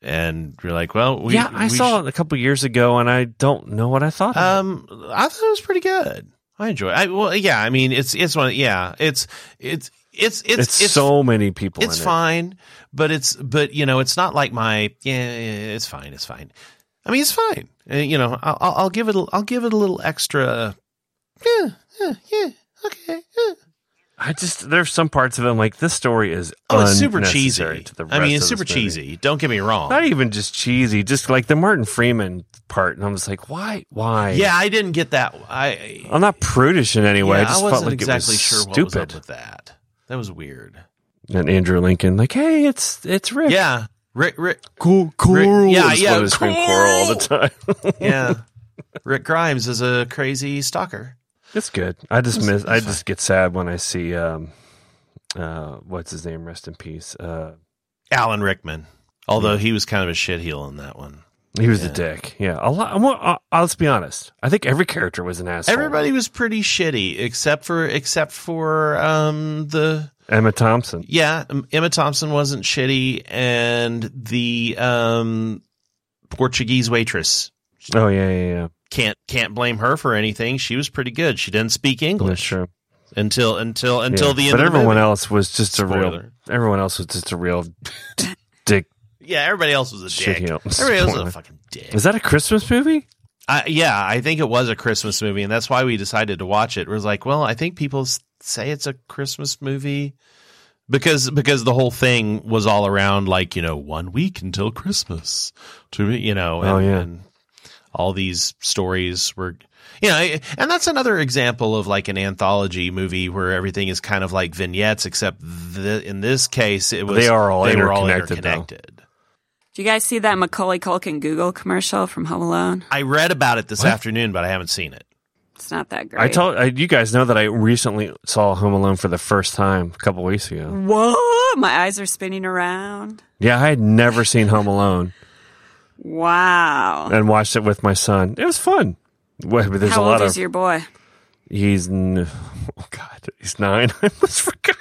Speaker 1: and we're like, well, we,
Speaker 4: yeah, I
Speaker 1: we
Speaker 4: saw
Speaker 1: sh-
Speaker 4: it a couple years ago, and I don't know what I thought. of it.
Speaker 1: um, I thought it was pretty good. I enjoy. It. I well, yeah. I mean, it's it's one. Yeah, it's it's it's it's
Speaker 4: it's, so many people.
Speaker 1: it's
Speaker 4: in it.
Speaker 1: fine, but it's but you know it's not like my yeah, yeah, yeah, it's fine it's fine. I mean it's fine. Uh, you know I'll, I'll I'll give it a- I'll give it a little extra. Yeah yeah yeah okay. yeah.
Speaker 4: I just there's some parts of it. I'm like this story is
Speaker 1: Oh, it's super
Speaker 4: unnecessary
Speaker 1: cheesy.
Speaker 4: To the
Speaker 1: I
Speaker 4: rest
Speaker 1: mean
Speaker 4: of
Speaker 1: it's super
Speaker 4: this movie.
Speaker 1: cheesy. Don't get me wrong.
Speaker 4: Not even just cheesy, just like the Martin Freeman part, and I'm just like, why, why?
Speaker 1: yeah, I didn't get that. I
Speaker 4: I'm not prudish in any way.
Speaker 1: yeah,
Speaker 4: I just
Speaker 1: wasn't
Speaker 4: felt like
Speaker 1: exactly
Speaker 4: it was
Speaker 1: sure what
Speaker 4: stupid.
Speaker 1: was up with that. That was weird.
Speaker 4: and Andrew Lincoln, like, hey, it's it's Rick.
Speaker 1: Yeah, Rick Rick
Speaker 4: cool, cool.
Speaker 1: yeah,
Speaker 4: That's
Speaker 1: yeah,
Speaker 4: what I scream
Speaker 1: cool.
Speaker 4: coral all the time.
Speaker 1: yeah. Rick Grimes is a crazy stalker.
Speaker 4: It's good. I just miss. I just get sad when I see um, uh, what's his name? Rest in peace. Uh,
Speaker 1: Alan Rickman. Although he was kind of a shitheel in that one.
Speaker 4: He was a dick. Yeah, a lot. I'm, I'll, I'll, let's be honest. I think every character was an asshole.
Speaker 1: Everybody was pretty shitty except for except for um the
Speaker 4: Emma Thompson.
Speaker 1: yeah, um, Emma Thompson wasn't shitty and the um Portuguese waitress
Speaker 4: Oh yeah, yeah, yeah.
Speaker 1: can't can't blame her for anything. She was pretty good. She didn't speak
Speaker 4: That's
Speaker 1: English
Speaker 4: true.
Speaker 1: until until until
Speaker 4: yeah.
Speaker 1: the end
Speaker 4: But
Speaker 1: of the
Speaker 4: everyone
Speaker 1: movie.
Speaker 4: else was just a real.
Speaker 1: Spoiler.
Speaker 4: Everyone else was just a real dick.
Speaker 1: Yeah, everybody else was a dick.
Speaker 4: Shitheel.
Speaker 1: Everybody else was
Speaker 4: Spoiler.
Speaker 1: a fucking dick.
Speaker 4: Is that a Christmas movie?
Speaker 1: I, yeah, I think it was a Christmas movie, and that's why we decided to watch it. It was like, well, I think people s- say it's a Christmas movie because because the whole thing was all around like you know one week until Christmas, to you know, and,
Speaker 4: Oh, yeah.
Speaker 1: and all these stories were. You know, I- and that's another example of like an anthology movie where everything is kind of like vignettes, except th in this case, it was
Speaker 4: They are all
Speaker 1: they were all
Speaker 4: interconnected, though.
Speaker 1: interconnected.
Speaker 2: Do you guys see that Macaulay Culkin Google commercial from Home Alone?
Speaker 1: I read about it this
Speaker 4: What?
Speaker 1: afternoon, but I haven't seen it.
Speaker 2: It's not that great.
Speaker 4: I told I, you guys know that I recently saw Home Alone for the first time a couple weeks ago.
Speaker 2: Whoa! My eyes are spinning around.
Speaker 4: Yeah, I had never seen Home Alone
Speaker 2: Wow.
Speaker 4: and watched it with my son. It was fun. Well, but there's
Speaker 2: How
Speaker 4: a
Speaker 2: old
Speaker 4: lot
Speaker 2: is
Speaker 4: of
Speaker 2: your boy?
Speaker 4: he's n- oh god he's nine. I almost forgot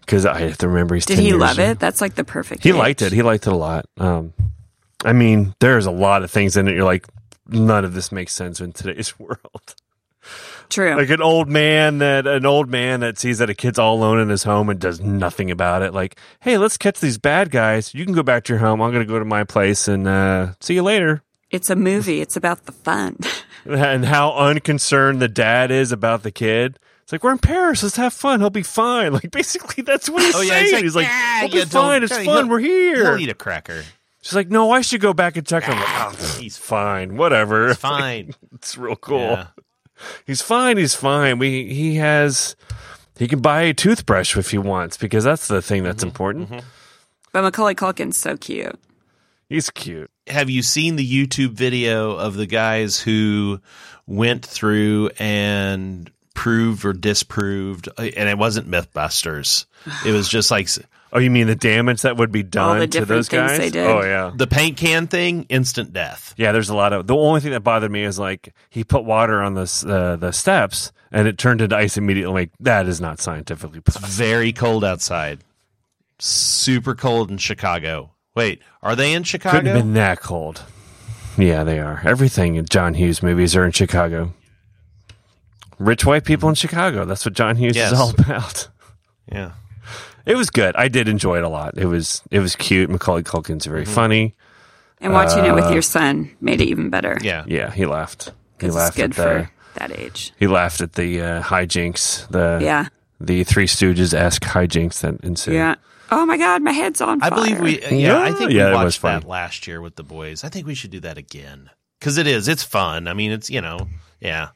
Speaker 4: because I have to remember he's.
Speaker 2: Did
Speaker 4: 10
Speaker 2: he
Speaker 4: years
Speaker 2: love
Speaker 4: young.
Speaker 2: it? That's like the perfect.
Speaker 4: He
Speaker 2: age.
Speaker 4: liked it. He liked it a lot. Um, I mean, there's a lot of things in it. You're like, none of this makes sense in today's world.
Speaker 2: True.
Speaker 4: like an old man that an old man that sees that a kid's all alone in his home and does nothing about it. Like, hey, let's catch these bad guys. You can go back to your home. I'm gonna go to my place and uh, see you later.
Speaker 2: it's a movie. It's about the fun.
Speaker 4: And how unconcerned the dad is about the kid. It's like we're in Paris. Let's have fun. He'll be fine. Like basically, that's what he's
Speaker 1: Oh, yeah,
Speaker 4: saying.
Speaker 1: he's
Speaker 4: He's
Speaker 1: like,
Speaker 4: like,
Speaker 1: "Yeah,
Speaker 4: he'll
Speaker 1: yeah,
Speaker 4: be
Speaker 1: don't-
Speaker 4: fun. It's
Speaker 1: yeah,
Speaker 4: fun.
Speaker 1: he'll-
Speaker 4: We're here.
Speaker 1: He'll eat a cracker.
Speaker 4: She's like, no, I should go back and check. I'm like, oh, pff, he's fine. Whatever.
Speaker 1: It's fine.
Speaker 4: It's real cool.
Speaker 1: Yeah.
Speaker 4: He's fine. He's fine. We he has he can buy a toothbrush if he wants because that's the thing
Speaker 2: Mm-hmm.
Speaker 4: that's important.
Speaker 2: but Macaulay Culkin's so cute.
Speaker 4: He's cute.
Speaker 1: Have you seen the YouTube video of the guys who went through and proved or disproved? uh, And it wasn't MythBusters. It was just like s-
Speaker 4: Oh, you mean the damage that would be done to
Speaker 2: different
Speaker 4: those
Speaker 2: things
Speaker 4: guys?
Speaker 2: they did.
Speaker 4: Oh yeah.
Speaker 1: the paint can thing, instant death.
Speaker 4: Yeah, there's a lot of the only thing that bothered me is like he put water on the s- uh, the steps and it turned into ice immediately. Like that is not scientifically possible.
Speaker 1: Very cold outside. Super cold in Chicago. Wait, are they in
Speaker 4: Couldn't have
Speaker 1: Chicago?
Speaker 4: been that cold. Yeah, they are. Everything in John Hughes movies are in Chicago. Rich white people in Chicago. That's what John Hughes
Speaker 1: Yes.
Speaker 4: is all about.
Speaker 1: Yeah.
Speaker 4: It was good. I did enjoy it a lot. It was it was cute. Macaulay Culkin's very
Speaker 2: Mm-hmm.
Speaker 4: funny.
Speaker 2: And watching it with your son made it even better.
Speaker 1: Uh, Yeah.
Speaker 4: Yeah, he laughed. He
Speaker 2: Because it's
Speaker 4: laughed
Speaker 2: good
Speaker 4: at the
Speaker 2: for that age.
Speaker 4: he laughed at the uh, hijinks.
Speaker 1: Uh,
Speaker 4: The
Speaker 2: Yeah.
Speaker 4: the Three Stooges esque hijinks that ensued.
Speaker 2: Yeah. Oh my God, my head's on
Speaker 1: I
Speaker 2: fire.
Speaker 1: believe we, uh, yeah, I
Speaker 4: Yeah,
Speaker 1: think
Speaker 4: yeah,
Speaker 1: we
Speaker 4: it was
Speaker 1: watched that
Speaker 4: fun.
Speaker 1: last year with the boys. I think we should do that again because it is, it's fun. I mean, it's you know, yeah,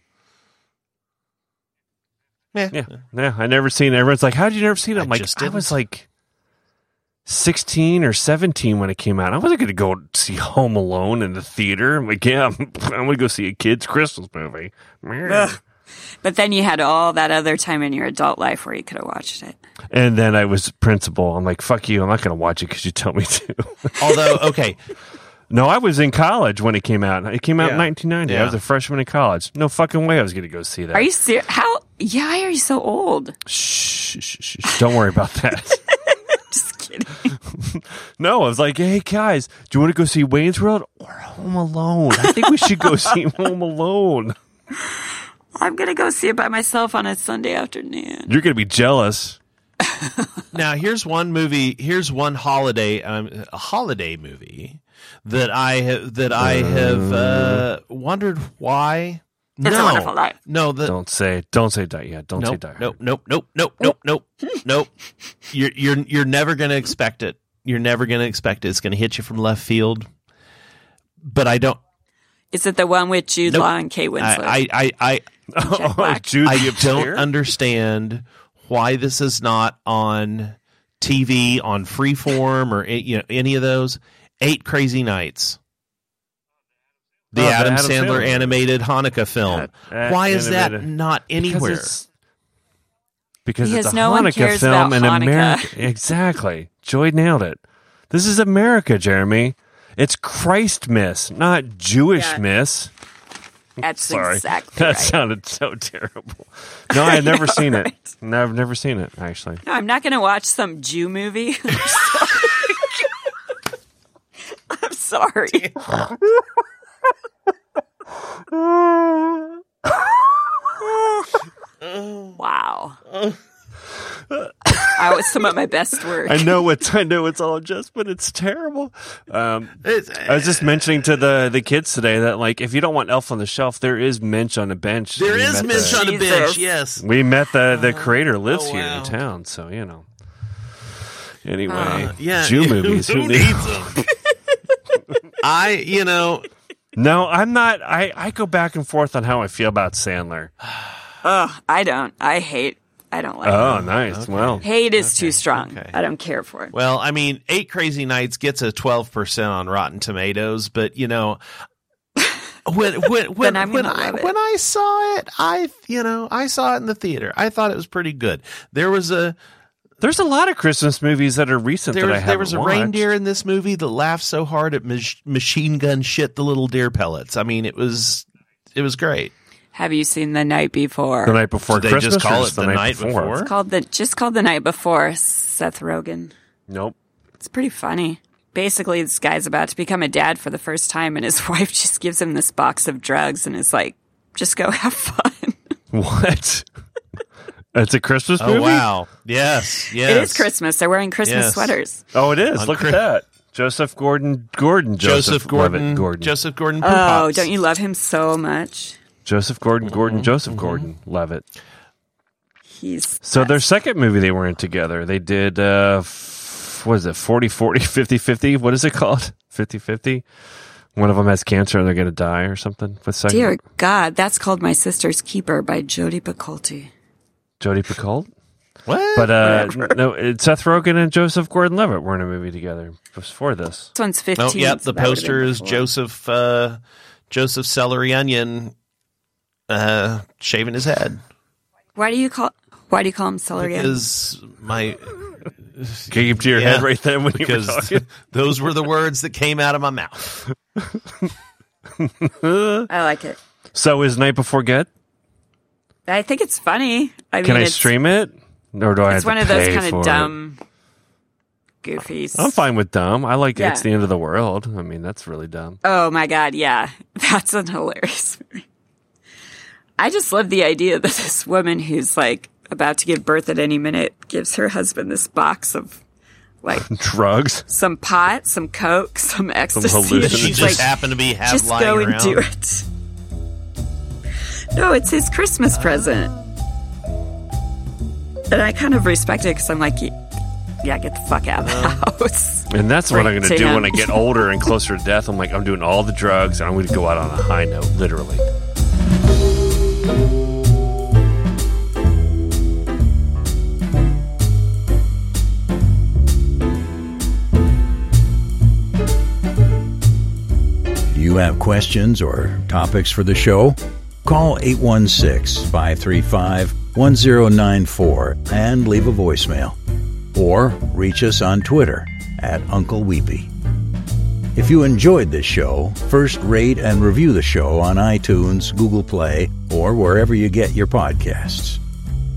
Speaker 1: yeah.
Speaker 4: yeah, yeah. I never seen. It. Everyone's like, "How did you never see it?" I'm
Speaker 1: I
Speaker 4: like,
Speaker 1: just
Speaker 4: "I was
Speaker 1: didn't."
Speaker 4: like." 16 or 17 when it came out. I wasn't going to go see Home Alone in the theater. I'm like, yeah, I'm, I'm going to go see a kid's Christmas movie.
Speaker 2: But then you had all that other time in your adult life where you could have watched it.
Speaker 4: And then I was principal. I'm like, fuck you. I'm not going to watch it because you tell me to.
Speaker 1: Although, okay,
Speaker 4: No, I was in college when it came out. It came out in
Speaker 1: Yeah.
Speaker 4: 1990. I
Speaker 1: Yeah.
Speaker 4: was a freshman in college. No fucking way I was going to go see that.
Speaker 2: Are you serious? How? Yeah, are you so old?
Speaker 4: Shh, shh, shh, shh. Don't worry about that.
Speaker 2: Just kidding.
Speaker 4: no, I was like, hey, guys, do you want to go see Wayne's World or Home Alone? I think we should go see Home Alone.
Speaker 2: I'm gonna go see it by myself on a Sunday afternoon.
Speaker 4: You're going to be jealous.
Speaker 1: now here's one movie. Here's one holiday, um, a holiday movie that I have that I have uh, wondered why.
Speaker 2: It's a
Speaker 1: no,
Speaker 2: Wonderful Life.
Speaker 1: no, the
Speaker 4: Don't say, don't say die yet. Don't say
Speaker 1: nope,
Speaker 4: die. Hard.
Speaker 1: nope, nope, nope, nope, nope, nope, nope. You're you're you're never gonna expect it. You're never gonna expect it. It's gonna hit you from left field. But I don't.
Speaker 2: Is it the one with Jude
Speaker 1: Nope.
Speaker 2: Law and Kate Winslet?
Speaker 1: I I I, I
Speaker 4: Oh,
Speaker 2: Black.
Speaker 4: Jude
Speaker 1: I
Speaker 4: the
Speaker 1: don't
Speaker 4: Obscure?
Speaker 1: understand why this is not on TV on Freeform or a- you know any of those Eight Crazy Nights. The
Speaker 4: Oh, the
Speaker 1: Adam,
Speaker 4: Adam
Speaker 1: Sandler,
Speaker 4: Sandler.
Speaker 1: animated Hanukkah film.
Speaker 4: That-
Speaker 1: why is that
Speaker 4: animated.
Speaker 1: not
Speaker 4: Because
Speaker 1: anywhere?
Speaker 4: it's, because it's
Speaker 2: Because
Speaker 4: a
Speaker 2: no one
Speaker 4: Hanukkah
Speaker 2: cares about
Speaker 4: film in
Speaker 2: Hanukkah.
Speaker 4: America. exactly. Joy nailed it. This is America, Jeremy. It's Christmas, not Jewishness.
Speaker 2: That's
Speaker 4: Sorry.
Speaker 2: exactly
Speaker 4: that
Speaker 2: right.
Speaker 4: sounded so terrible. No, I had never
Speaker 2: know,
Speaker 4: seen it.
Speaker 2: right?
Speaker 4: No, I've never seen it actually.
Speaker 2: no, I'm not going to watch some Jew movie. I'm sorry. wow. I was some of my best work.
Speaker 4: I know it's I know it's all just, but it's terrible. Um, I was just mentioning to the the kids today that like if you don't want Elf on the Shelf, there is Minch on a bench.
Speaker 5: There
Speaker 4: We
Speaker 5: is
Speaker 4: met
Speaker 5: Mitch
Speaker 4: the-
Speaker 5: on a
Speaker 2: Jesus.
Speaker 5: bench. Yes.
Speaker 4: We met the the
Speaker 1: Uh,
Speaker 4: creator lives
Speaker 5: oh,
Speaker 4: here
Speaker 5: wow.
Speaker 4: in town, so you know. Anyway,
Speaker 1: Uh,
Speaker 5: Yeah.
Speaker 4: Jew movies.
Speaker 5: Who needs them? I, you know,
Speaker 4: No, I'm not. I, I go back and forth on how I feel about Sandler.
Speaker 2: I don't. I hate. I don't like. it.
Speaker 4: Oh, nice. Well,
Speaker 2: Hate is too strong.
Speaker 1: okay.
Speaker 2: I don't care for it.
Speaker 1: Well, I mean, Eight Crazy Nights gets a 12% on Rotten Tomatoes, but you know, when when when,
Speaker 2: I'm
Speaker 1: when
Speaker 2: gonna
Speaker 1: I
Speaker 2: love it.
Speaker 1: when I saw it, I you know, I saw it in the theater. I thought it was pretty good. There was a
Speaker 4: there's a lot of Christmas movies that are recent
Speaker 1: there
Speaker 4: that I
Speaker 1: was,
Speaker 4: haven't
Speaker 1: there was a
Speaker 4: watched.
Speaker 1: reindeer in this movie that laughed so hard at mach- machine gun shit the little deer pellets. I mean, it was it was great.
Speaker 2: Have you seen the night before?
Speaker 4: the night before
Speaker 1: Did they
Speaker 4: Christmas.
Speaker 1: just call
Speaker 4: or
Speaker 1: it The Night Before?
Speaker 2: called the just called the night before. Seth Rogen.
Speaker 4: Nope.
Speaker 2: It's pretty funny. Basically, this guy's about to become a dad for the first time, and his wife just gives him this box of drugs and is like, "Just go have fun."
Speaker 4: What? It's a Christmas movie.
Speaker 1: Oh wow. Yes. Yes.
Speaker 2: It is Christmas. They're wearing Christmas
Speaker 1: Yes.
Speaker 2: sweaters.
Speaker 4: Oh, it is. Look
Speaker 1: Chris-
Speaker 4: at that. Joseph Gordon Gordon
Speaker 1: Joseph, Gordon,
Speaker 4: Levitt Gordon
Speaker 1: Joseph Gordon.
Speaker 2: Oh,
Speaker 1: Poopots.
Speaker 2: don't you love him so much?
Speaker 4: Joseph Gordon Gordon
Speaker 1: Mm-hmm.
Speaker 4: Joseph Gordon Levitt.
Speaker 2: He's
Speaker 4: So their second movie they were in together. They did uh f- what is it? 40 40 50 50. What is it called? 50 50. One of them has cancer and they're going to die or something. With second
Speaker 2: dear God. That's called "My Sister's Keeper" by Jodi Picoult.
Speaker 4: Jodie Picoult.
Speaker 1: What?
Speaker 4: But uh no, it's Seth Rogen and Joseph Gordon-Levitt were in a movie together before this.
Speaker 2: This one's fifteen.
Speaker 1: Oh, yep. The
Speaker 2: so that would've
Speaker 1: poster
Speaker 2: been
Speaker 1: is
Speaker 2: before.
Speaker 1: Joseph uh, Joseph Celery Onion uh, shaving his head.
Speaker 2: Why do you call? Why do you call him celery? onion?
Speaker 1: Is my
Speaker 4: Came to your
Speaker 1: Yeah,
Speaker 4: head right then when you were
Speaker 1: because
Speaker 4: talking.
Speaker 1: those were the words that came out of my mouth.
Speaker 2: I like it.
Speaker 4: So is Night Before Good?
Speaker 2: I think it's funny. I
Speaker 4: Can
Speaker 2: mean,
Speaker 4: I
Speaker 2: it's,
Speaker 4: stream it? Or do I have
Speaker 2: It's
Speaker 4: to
Speaker 2: one of those
Speaker 4: pay
Speaker 2: kind
Speaker 4: for
Speaker 2: of
Speaker 4: it?
Speaker 2: dumb, goofy.
Speaker 4: I'm fine with dumb. I like it's
Speaker 2: Yeah.
Speaker 4: the end of the world. I mean, that's really dumb.
Speaker 2: Oh my god, yeah, that's an hilarious. movie. I just love the idea that this woman who's like about to give birth at any minute gives her husband this box of like
Speaker 4: Drugs.
Speaker 2: some pot, some coke, some ecstasy. and
Speaker 4: hallucinogens.
Speaker 1: She
Speaker 2: she's
Speaker 1: just
Speaker 2: like,
Speaker 1: happened to be half
Speaker 2: just
Speaker 1: lying
Speaker 2: go
Speaker 1: around.
Speaker 2: and do it. No, it's his Christmas present. And I kind of respect it because I'm like, yeah, get the fuck out of
Speaker 1: Uh-huh.
Speaker 2: the house.
Speaker 4: And that's what I'm
Speaker 2: Right
Speaker 4: going
Speaker 2: to
Speaker 4: to do
Speaker 2: him.
Speaker 4: when I get older and closer to death. I'm like, I'm doing all the drugs and I'm going to go out on a high note, literally.
Speaker 3: Do you have questions or topics for the show? Call 816 535 1094 and leave a voicemail. Or reach us on Twitter at Uncle Weepy. If you enjoyed this show, first rate and review the show on iTunes, Google Play, or wherever you get your podcasts.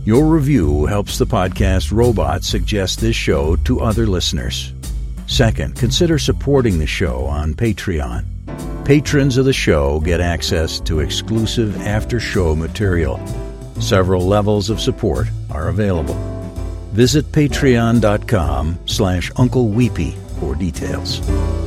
Speaker 3: Your review helps the podcast Robot suggest this show to other listeners. Second, consider supporting the show on Patreon. Patrons of the show get access to exclusive after show material. Several levels of support are available. Visit patreon.com slash Uncle Weepy for details.